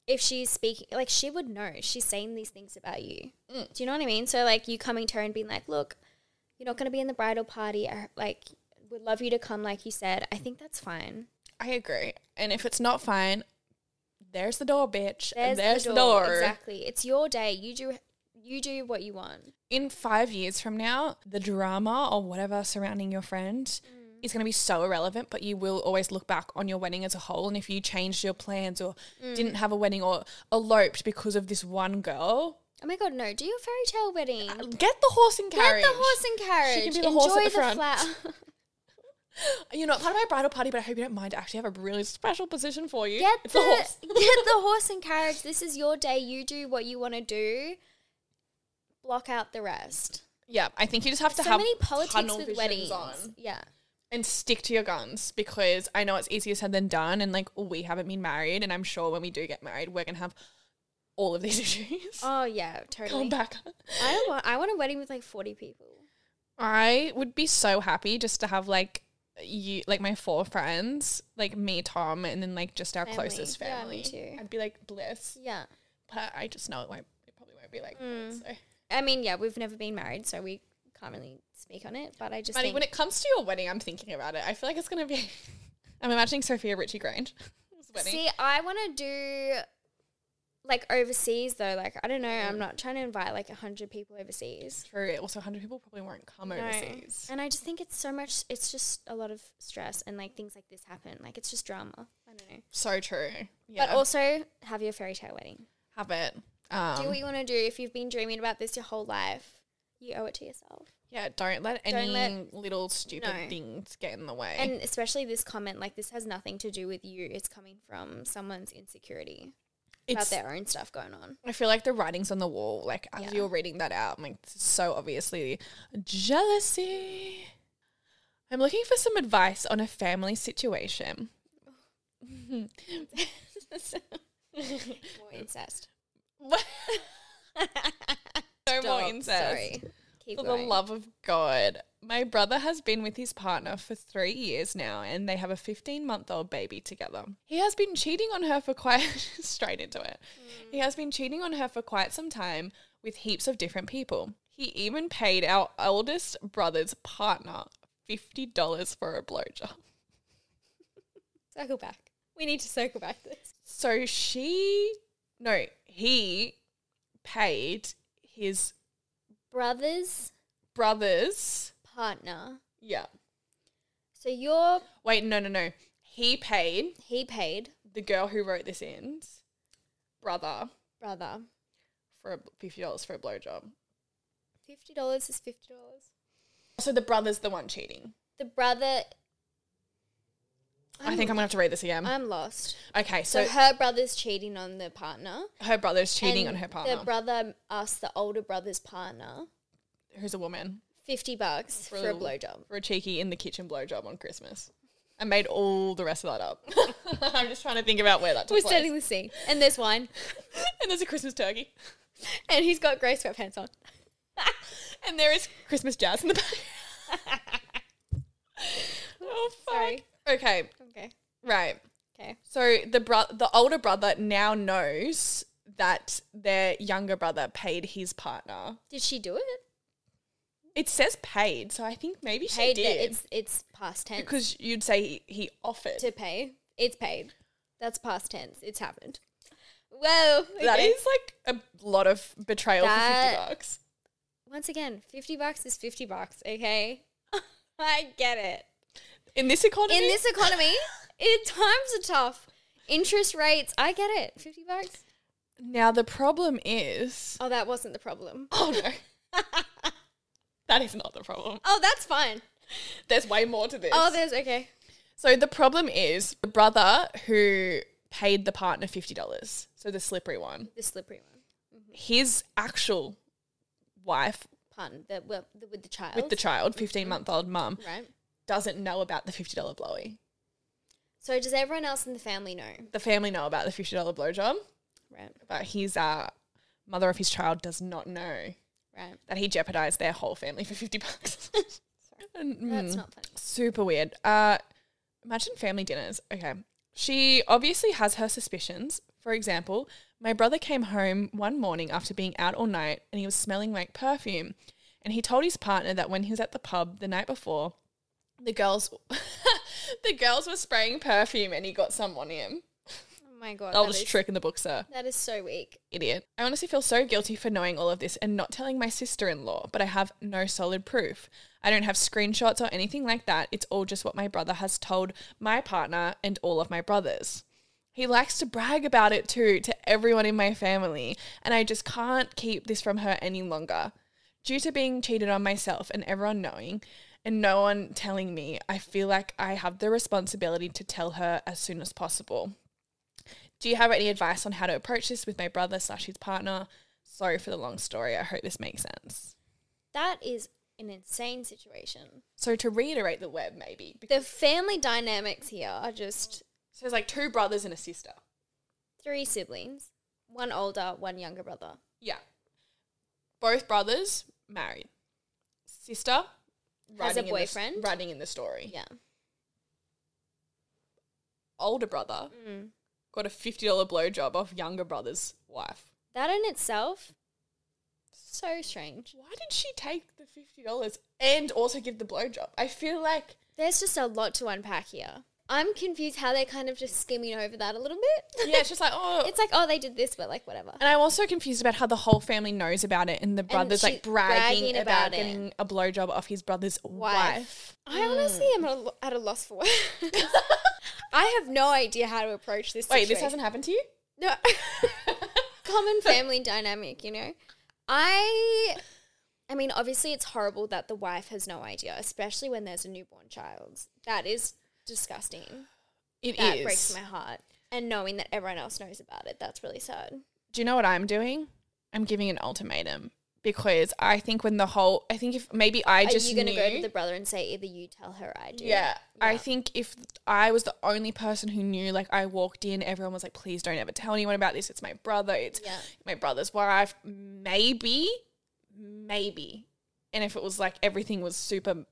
S1: if she's speaking like she would know she's saying these things about you. Do you know what I mean? So like you coming to her and being like, "Look, you're not going to be in the bridal party. I, like would love you to come like you said." I think that's fine.
S2: I agree. And if it's not fine, there's the door, bitch. and
S1: There's,
S2: there's
S1: the door. Exactly. It's your day. You do you do what you want.
S2: in five years from now, the drama or whatever surrounding your friend
S1: Mm.
S2: is going to be so irrelevant, but you will always look back on your wedding as a whole. And if you changed your plans or
S1: Mm.
S2: didn't have a wedding or eloped because of this one girl, uh,
S1: Oh my god, no! Do your fairy tale wedding.
S2: get the horse and
S1: Mm. Get
S2: carriage.
S1: the horse and carriage.
S2: She can be the horse at the front.
S1: flower.
S2: You're not part of my bridal party, but I hope you don't mind. I actually have a really special position for you.
S1: Get
S2: it's
S1: the,
S2: the horse.
S1: get the horse and carriage. This is your day. You do what you want to do. Block out the rest.
S2: Yeah, I think you just have to
S1: so
S2: have
S1: many politics
S2: tunnel
S1: with
S2: visions
S1: weddings.
S2: on.
S1: Yeah.
S2: and stick to your guns because I know it's easier said than done. And like, we haven't been married, and I'm sure when we do get married, we're gonna have all of these issues.
S1: Oh yeah,
S2: Come
S1: totally.
S2: back.
S1: I want. I want a wedding with like forty people.
S2: I would be so happy just to have like you, like my four friends, like me, Tom, and then like just our
S1: Family.
S2: closest
S1: Yeah,
S2: family.
S1: me too.
S2: I'd be like bliss,
S1: Yeah.
S2: but I just know it won't. It probably won't be like.
S1: Mm.
S2: that, So.
S1: I mean, yeah, we've never been married, so we can't really speak on it. But I just
S2: Maddie,
S1: think
S2: when it comes to your wedding, I'm thinking about it. I feel like it's gonna be. I'm imagining Sophia Richie Grange. wedding.
S1: See, I want to do like overseas though. Like I don't know. I'm not trying to invite like hundred people overseas.
S2: True. Also, 100 people probably won't come
S1: No.
S2: overseas.
S1: And I just think it's so much. It's just a lot of stress and like things like this happen. Like it's just drama. I don't know.
S2: So true. Yeah.
S1: But also have your fairy tale wedding.
S2: have it.
S1: do
S2: Um,
S1: what you want to do. If you've been dreaming about this your whole life, you owe it to yourself.
S2: yeah, don't let any
S1: Don't let-
S2: little stupid
S1: No.
S2: things get in the way.
S1: And especially this comment, like this has nothing to do with you. It's coming from someone's insecurity about
S2: it's,
S1: their own stuff going on.
S2: I feel like the writing's on the wall. Like as
S1: Yeah.
S2: you're reading that out, I'm like this is so obviously jealousy. I'm looking for some advice on a family situation.
S1: More incest.
S2: no more
S1: Stop,
S2: incest.
S1: Sorry. Keep
S2: For the
S1: going.
S2: love of God. My brother has been with his partner for three years now, and they have a 15 month old baby together. He has been cheating on her for quite, straight into it. He has been cheating on her for quite some time with heaps of different people. He even paid our oldest brother's partner $50 for a blowjob.
S1: Circle back. We need to circle back this.
S2: So she, no, he paid his
S1: Brother's
S2: brother's,
S1: partner.
S2: yeah.
S1: So you're
S2: Wait, no, no, no. He paid
S1: he paid
S2: the girl who wrote this in's brother
S1: brother.
S2: for a, fifty dollars for a blowjob.
S1: Fifty dollars is fifty dollars.
S2: So the brother's the one cheating.
S1: The brother
S2: i think I'm gonna have to read this again.
S1: I'm lost.
S2: okay,
S1: Um, So,
S2: so, her,
S1: her brother's cheating on the partner.
S2: brother's cheating on
S1: and
S2: her partner,
S1: The brother asked the older brother's partner
S2: who's a woman,
S1: fifty bucks for, a blowjob.
S2: for a cheeky in the kitchen blowjob on Christmas. I made all the rest of that up. I'm just trying to think about where that took
S1: We're
S2: place.
S1: setting the scene. And there's wine.
S2: and there's a Christmas turkey,
S1: And he's got grey sweatpants on.
S2: and there is Christmas jazz in the back. oh fuck.
S1: Sorry.
S2: Okay,
S1: Okay.
S2: right.
S1: Okay.
S2: So the bro- the older brother now knows that their younger brother paid his partner.
S1: Did she do it?
S2: It says paid, so I think maybe she
S1: Paid
S2: did.
S1: it. It's it's past tense.
S2: because you'd say he, he offered.
S1: to pay. It's paid. That's past tense. It's happened. Whoa.
S2: That
S1: okay.
S2: is like a lot of betrayal for
S1: That-
S2: fifty bucks.
S1: once again, fifty bucks is fifty bucks. Okay, I get it.
S2: In this economy,
S1: In this economy, it times are tough. Interest rates, I get it. Fifty bucks.
S2: now the problem is.
S1: Oh, that wasn't the problem.
S2: Oh no. That is not the problem.
S1: Oh, that's fine.
S2: There's way more to this.
S1: Oh, there's okay.
S2: so the problem is the brother who paid the partner $50, so the slippery one,
S1: The slippery one.
S2: his actual wife
S1: Pun. The, well, the with the child.
S2: with the child, 15 month old mum,
S1: Right.
S2: doesn't know about the $50 blowy.
S1: So does everyone else in the family know?
S2: The family know about the $50 blowjob,
S1: Right.
S2: but his uh, mother of his child does not know
S1: Right.
S2: that he jeopardized their whole family for 50 bucks.
S1: That's not funny.
S2: Super weird. Uh, imagine family dinners. Okay. She obviously has her suspicions. For example, my brother came home one morning after being out all night and he was smelling like perfume. And he told his partner that when he was at the pub the night before, the girls the girls were spraying perfume and he got some on him.
S1: Oh my god.
S2: Oldest
S1: is-
S2: trick in the book, sir.
S1: That is so weak.
S2: Idiot. I honestly feel so guilty for knowing all of this and not telling my sister in law, but I have no solid proof. I don't have screenshots or anything like that. It's all just what my brother has told my partner and all of my brothers. He likes to brag about it too to everyone in my family, and I just can't keep this from her any longer. Due to being cheated on myself and everyone knowing, and no one telling me, I feel like I have the responsibility to tell her as soon as possible. Do you have any advice on how to approach this with my brother slash his partner? Sorry for the long story. I hope this makes sense.
S1: That is an insane situation.
S2: So to reiterate the web, maybe
S1: The family dynamics here are just
S2: so there's like two brothers and a sister.
S1: three siblings, one older, one younger brother.
S2: Yeah, both brothers married. Sister
S1: Has a
S2: writing in the s-
S1: boyfriend.
S2: writing in the story.
S1: Yeah.
S2: Older brother
S1: Mm.
S2: got a fifty dollar blowjob off younger brother's wife.
S1: That in itself, so strange.
S2: Why did she take the fifty dollars and also give the blowjob? I feel like
S1: There's just a lot to unpack here. I'm confused how they're kind of just skimming over that a little bit.
S2: yeah, it's just like oh,
S1: it's like, oh, they did this, but like, whatever.
S2: And I'm also confused about how the whole family knows about it and the brother's
S1: she's
S2: like bragging,
S1: bragging
S2: about,
S1: about it.
S2: getting a blowjob off his brother's wife.
S1: I honestly am at a lo- at a loss for words. Mm. I have no idea how to approach this.
S2: Wait, this
S1: situation.
S2: hasn't happened to you?
S1: No. Common family dynamic, you know. I I mean, obviously it's horrible that the wife has no idea, especially when there's a newborn child. That is disgusting.
S2: It is.
S1: That breaks my heart. And knowing that everyone else knows about it, that's really sad.
S2: Do you know what I'm doing? I'm giving an ultimatum because I think when the whole, I think if maybe I
S1: Are
S2: just
S1: you going to
S2: knew,
S1: go to the brother and say either you tell her or I do?
S2: Yeah, I think if I was the only person who knew, like I walked in, everyone was like, "Please don't ever tell anyone about this. It's my brother. It's
S1: Yeah.
S2: my brother's wife." Maybe, maybe. And if it was like everything was super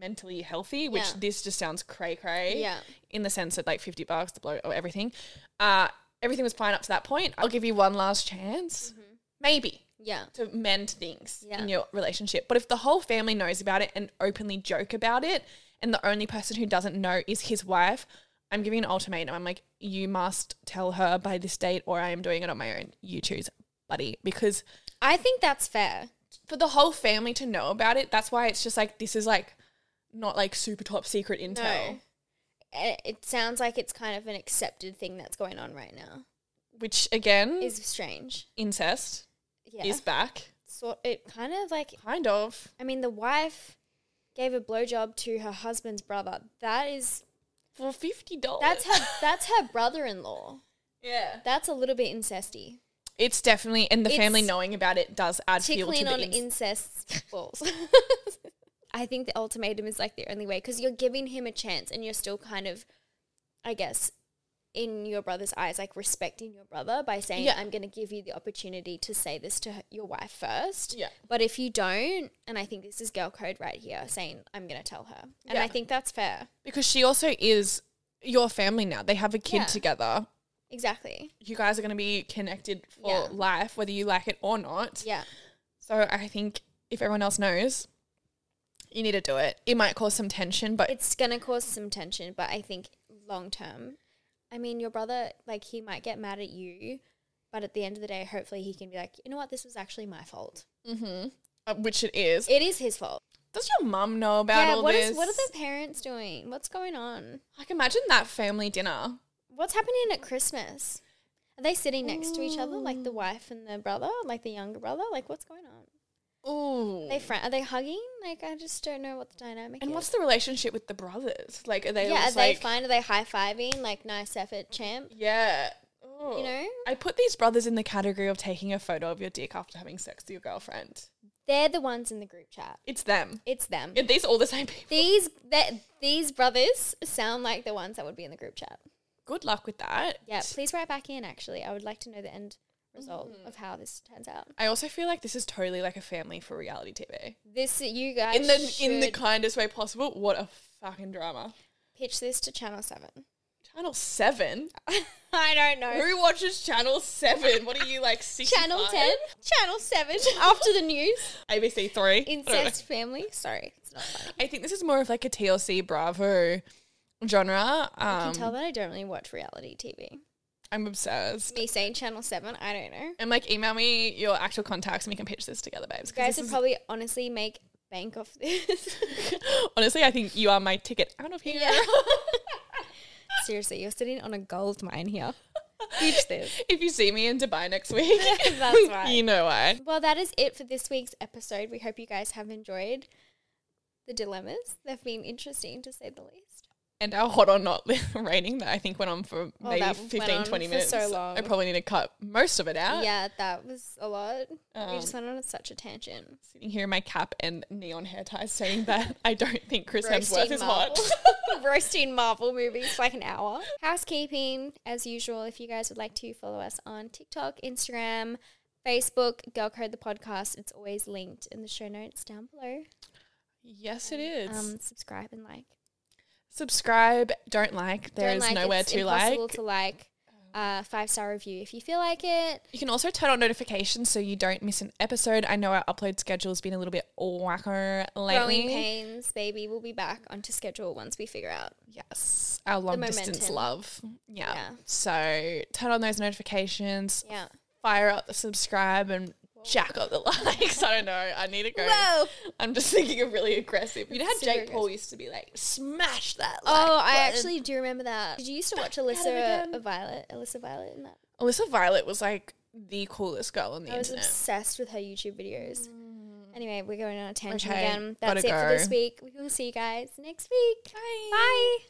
S2: mentally healthy, which
S1: Yeah.
S2: this just sounds cray cray,
S1: Yeah.
S2: in the sense that like fifty bucks, the blow, or everything, uh, everything was fine up to that point. I'll give you one last chance,
S1: Mm-hmm.
S2: maybe
S1: Yeah.
S2: to mend things
S1: Yeah.
S2: in your relationship. But if the whole family knows about it and openly joke about it, and the only person who doesn't know is his wife, I'm giving an ultimatum. I'm like, you must tell her by this date, or I am doing it on my own. You choose, buddy. Because
S1: I think that's fair.
S2: for the whole family to know about it, that's why it's just like this is like not like super top secret intel.
S1: No. It it sounds like it's kind of an accepted thing that's going on right now.
S2: Which again,
S1: Is strange.
S2: incest
S1: Yeah.
S2: Hmm. is back,
S1: sort it kind of like
S2: kind of.
S1: I mean the wife gave a blowjob to her husband's brother. That is
S2: For fifty dollars.
S1: that's her that's her brother-in-law.
S2: yeah.
S1: That's a little bit incesty.
S2: It's definitely and the
S1: It's
S2: family knowing about it does add fuel to
S1: Tickling
S2: the
S1: on
S2: ins-
S1: incest balls. I think the ultimatum is like the only way because you're giving him a chance and you're still kind of, I guess, in your brother's eyes, like respecting your brother by saying,
S2: Yeah.
S1: I'm going to give you the opportunity to say this to her, your wife first.
S2: Yeah.
S1: But if you don't, and I think this is girl code right here saying, I'm going to tell her. And
S2: Yeah.
S1: I think that's fair.
S2: because she also is your family now. They have a kid
S1: Yeah.
S2: together.
S1: Exactly.
S2: You guys are going to be connected for
S1: Yeah.
S2: life, whether you like it or not.
S1: Yeah.
S2: So I think if everyone else knows, you need to do it. It might cause some tension, but
S1: It's going to cause some tension, but I think long term, I mean, your brother, like, he might get mad at you, but at the end of the day, hopefully he can be like, you know what, this was actually my fault.
S2: uh, which it is.
S1: It is his fault.
S2: Does your mum know about all
S1: what
S2: this?
S1: is- what are the parents doing? What's going on?
S2: like imagine that family dinner.
S1: What's happening at Christmas? Are they sitting next to each other, like the wife and the brother, like the younger brother? Like, what's going on?
S2: Ooh.
S1: They friend are they hugging? Like I just don't know what the dynamic
S2: And
S1: is.
S2: what's the relationship with the brothers? Like, are they
S1: yeah, are
S2: just
S1: they
S2: like,
S1: fine? Are they high fiving? Like nice effort, champ.
S2: yeah. Ooh.
S1: You know,
S2: I put these brothers in the category of taking a photo of your dick after having sex with your girlfriend.
S1: they're the ones in the group chat.
S2: It's them.
S1: It's them.
S2: Are these all the same people?
S1: these that these brothers sound like the ones that would be in the group chat.
S2: Good luck with that.
S1: Yeah, please write back in. Actually, I would like to know the end result
S2: Mm-hmm.
S1: of how this turns out.
S2: I also feel like this is totally like a family for reality TV.
S1: This you guys
S2: in the in the
S1: should
S2: kindest way possible. What a fucking drama.
S1: pitch this to Channel Seven.
S2: Channel Seven.
S1: I don't know.
S2: Who watches Channel Seven? What are you like? 65?
S1: Channel Ten, Channel Seven. After the news,
S2: ABC Three. I don't know.
S1: incest family. Sorry, it's not funny.
S2: I think this is more of like a TLC Bravo genre.
S1: I
S2: Um,
S1: can tell that I don't really watch reality TV.
S2: I'm obsessed.
S1: Me saying Channel Seven, I don't know.
S2: And like, email me your actual contacts and we can pitch this together, babes. 'cause
S1: You guys
S2: this
S1: would
S2: is-
S1: probably honestly make bank off this.
S2: honestly, I think you are my ticket out of here.
S1: Yeah. Seriously, you're sitting on a gold mine here. Pitch this.
S2: If you see me in Dubai next week,
S1: That's right.
S2: you know why.
S1: Well, that is it for this week's episode. We hope you guys have enjoyed the dilemmas. They've been interesting to say the least.
S2: And our hot or not rating that I think went on for
S1: Oh,
S2: maybe
S1: that went
S2: 15,
S1: on
S2: 20
S1: for
S2: minutes.
S1: so long.
S2: I probably need to cut most of it out.
S1: yeah, that was a lot. we just
S2: Uh, Um,
S1: went on such a tangent.
S2: Sitting here in my cap and neon hair ties saying that I don't think Chris Hemsworth is hot.
S1: Marvel. Roasting Marvel movies for like an hour. Housekeeping, as usual, if you guys would like to follow us on TikTok, Instagram, Facebook, Girl Code the Podcast, it's always linked in the show notes down below.
S2: Yes, it is.
S1: Um, subscribe and like.
S2: Subscribe, don't like. There
S1: Don't
S2: is
S1: like,
S2: nowhere
S1: it's
S2: to like.
S1: impossible to like. Uh, five star review if you feel like it.
S2: You can also turn on notifications so you don't miss an episode. I know our upload schedule has been a little bit whacker lately.
S1: Growing pains, baby. We'll be back onto schedule once we figure out.
S2: Yes, our long distance
S1: momentum.
S2: love. Yeah.
S1: Yeah.
S2: So turn on those notifications.
S1: Yeah.
S2: Fire up the subscribe and jack up the likes. I don't know. I need to go.
S1: Whoa. Oh,
S2: I'm just thinking of really aggressive. You know how
S1: Super
S2: Jake Paul used to be like, smash that.
S1: Oh,
S2: like
S1: I
S2: button."
S1: actually do remember that. Did you used to watch
S2: again.
S1: Alyssa Violet? Alyssa Violet in that?
S2: Alyssa Violet was like the coolest girl on the
S1: I was
S2: internet. Mm.
S1: obsessed with her YouTube videos. Anyway, we're going on a tangent
S2: Okay,
S1: again.
S2: gotta
S1: That's it for this
S2: go.
S1: week. We will see you guys next week. Bye.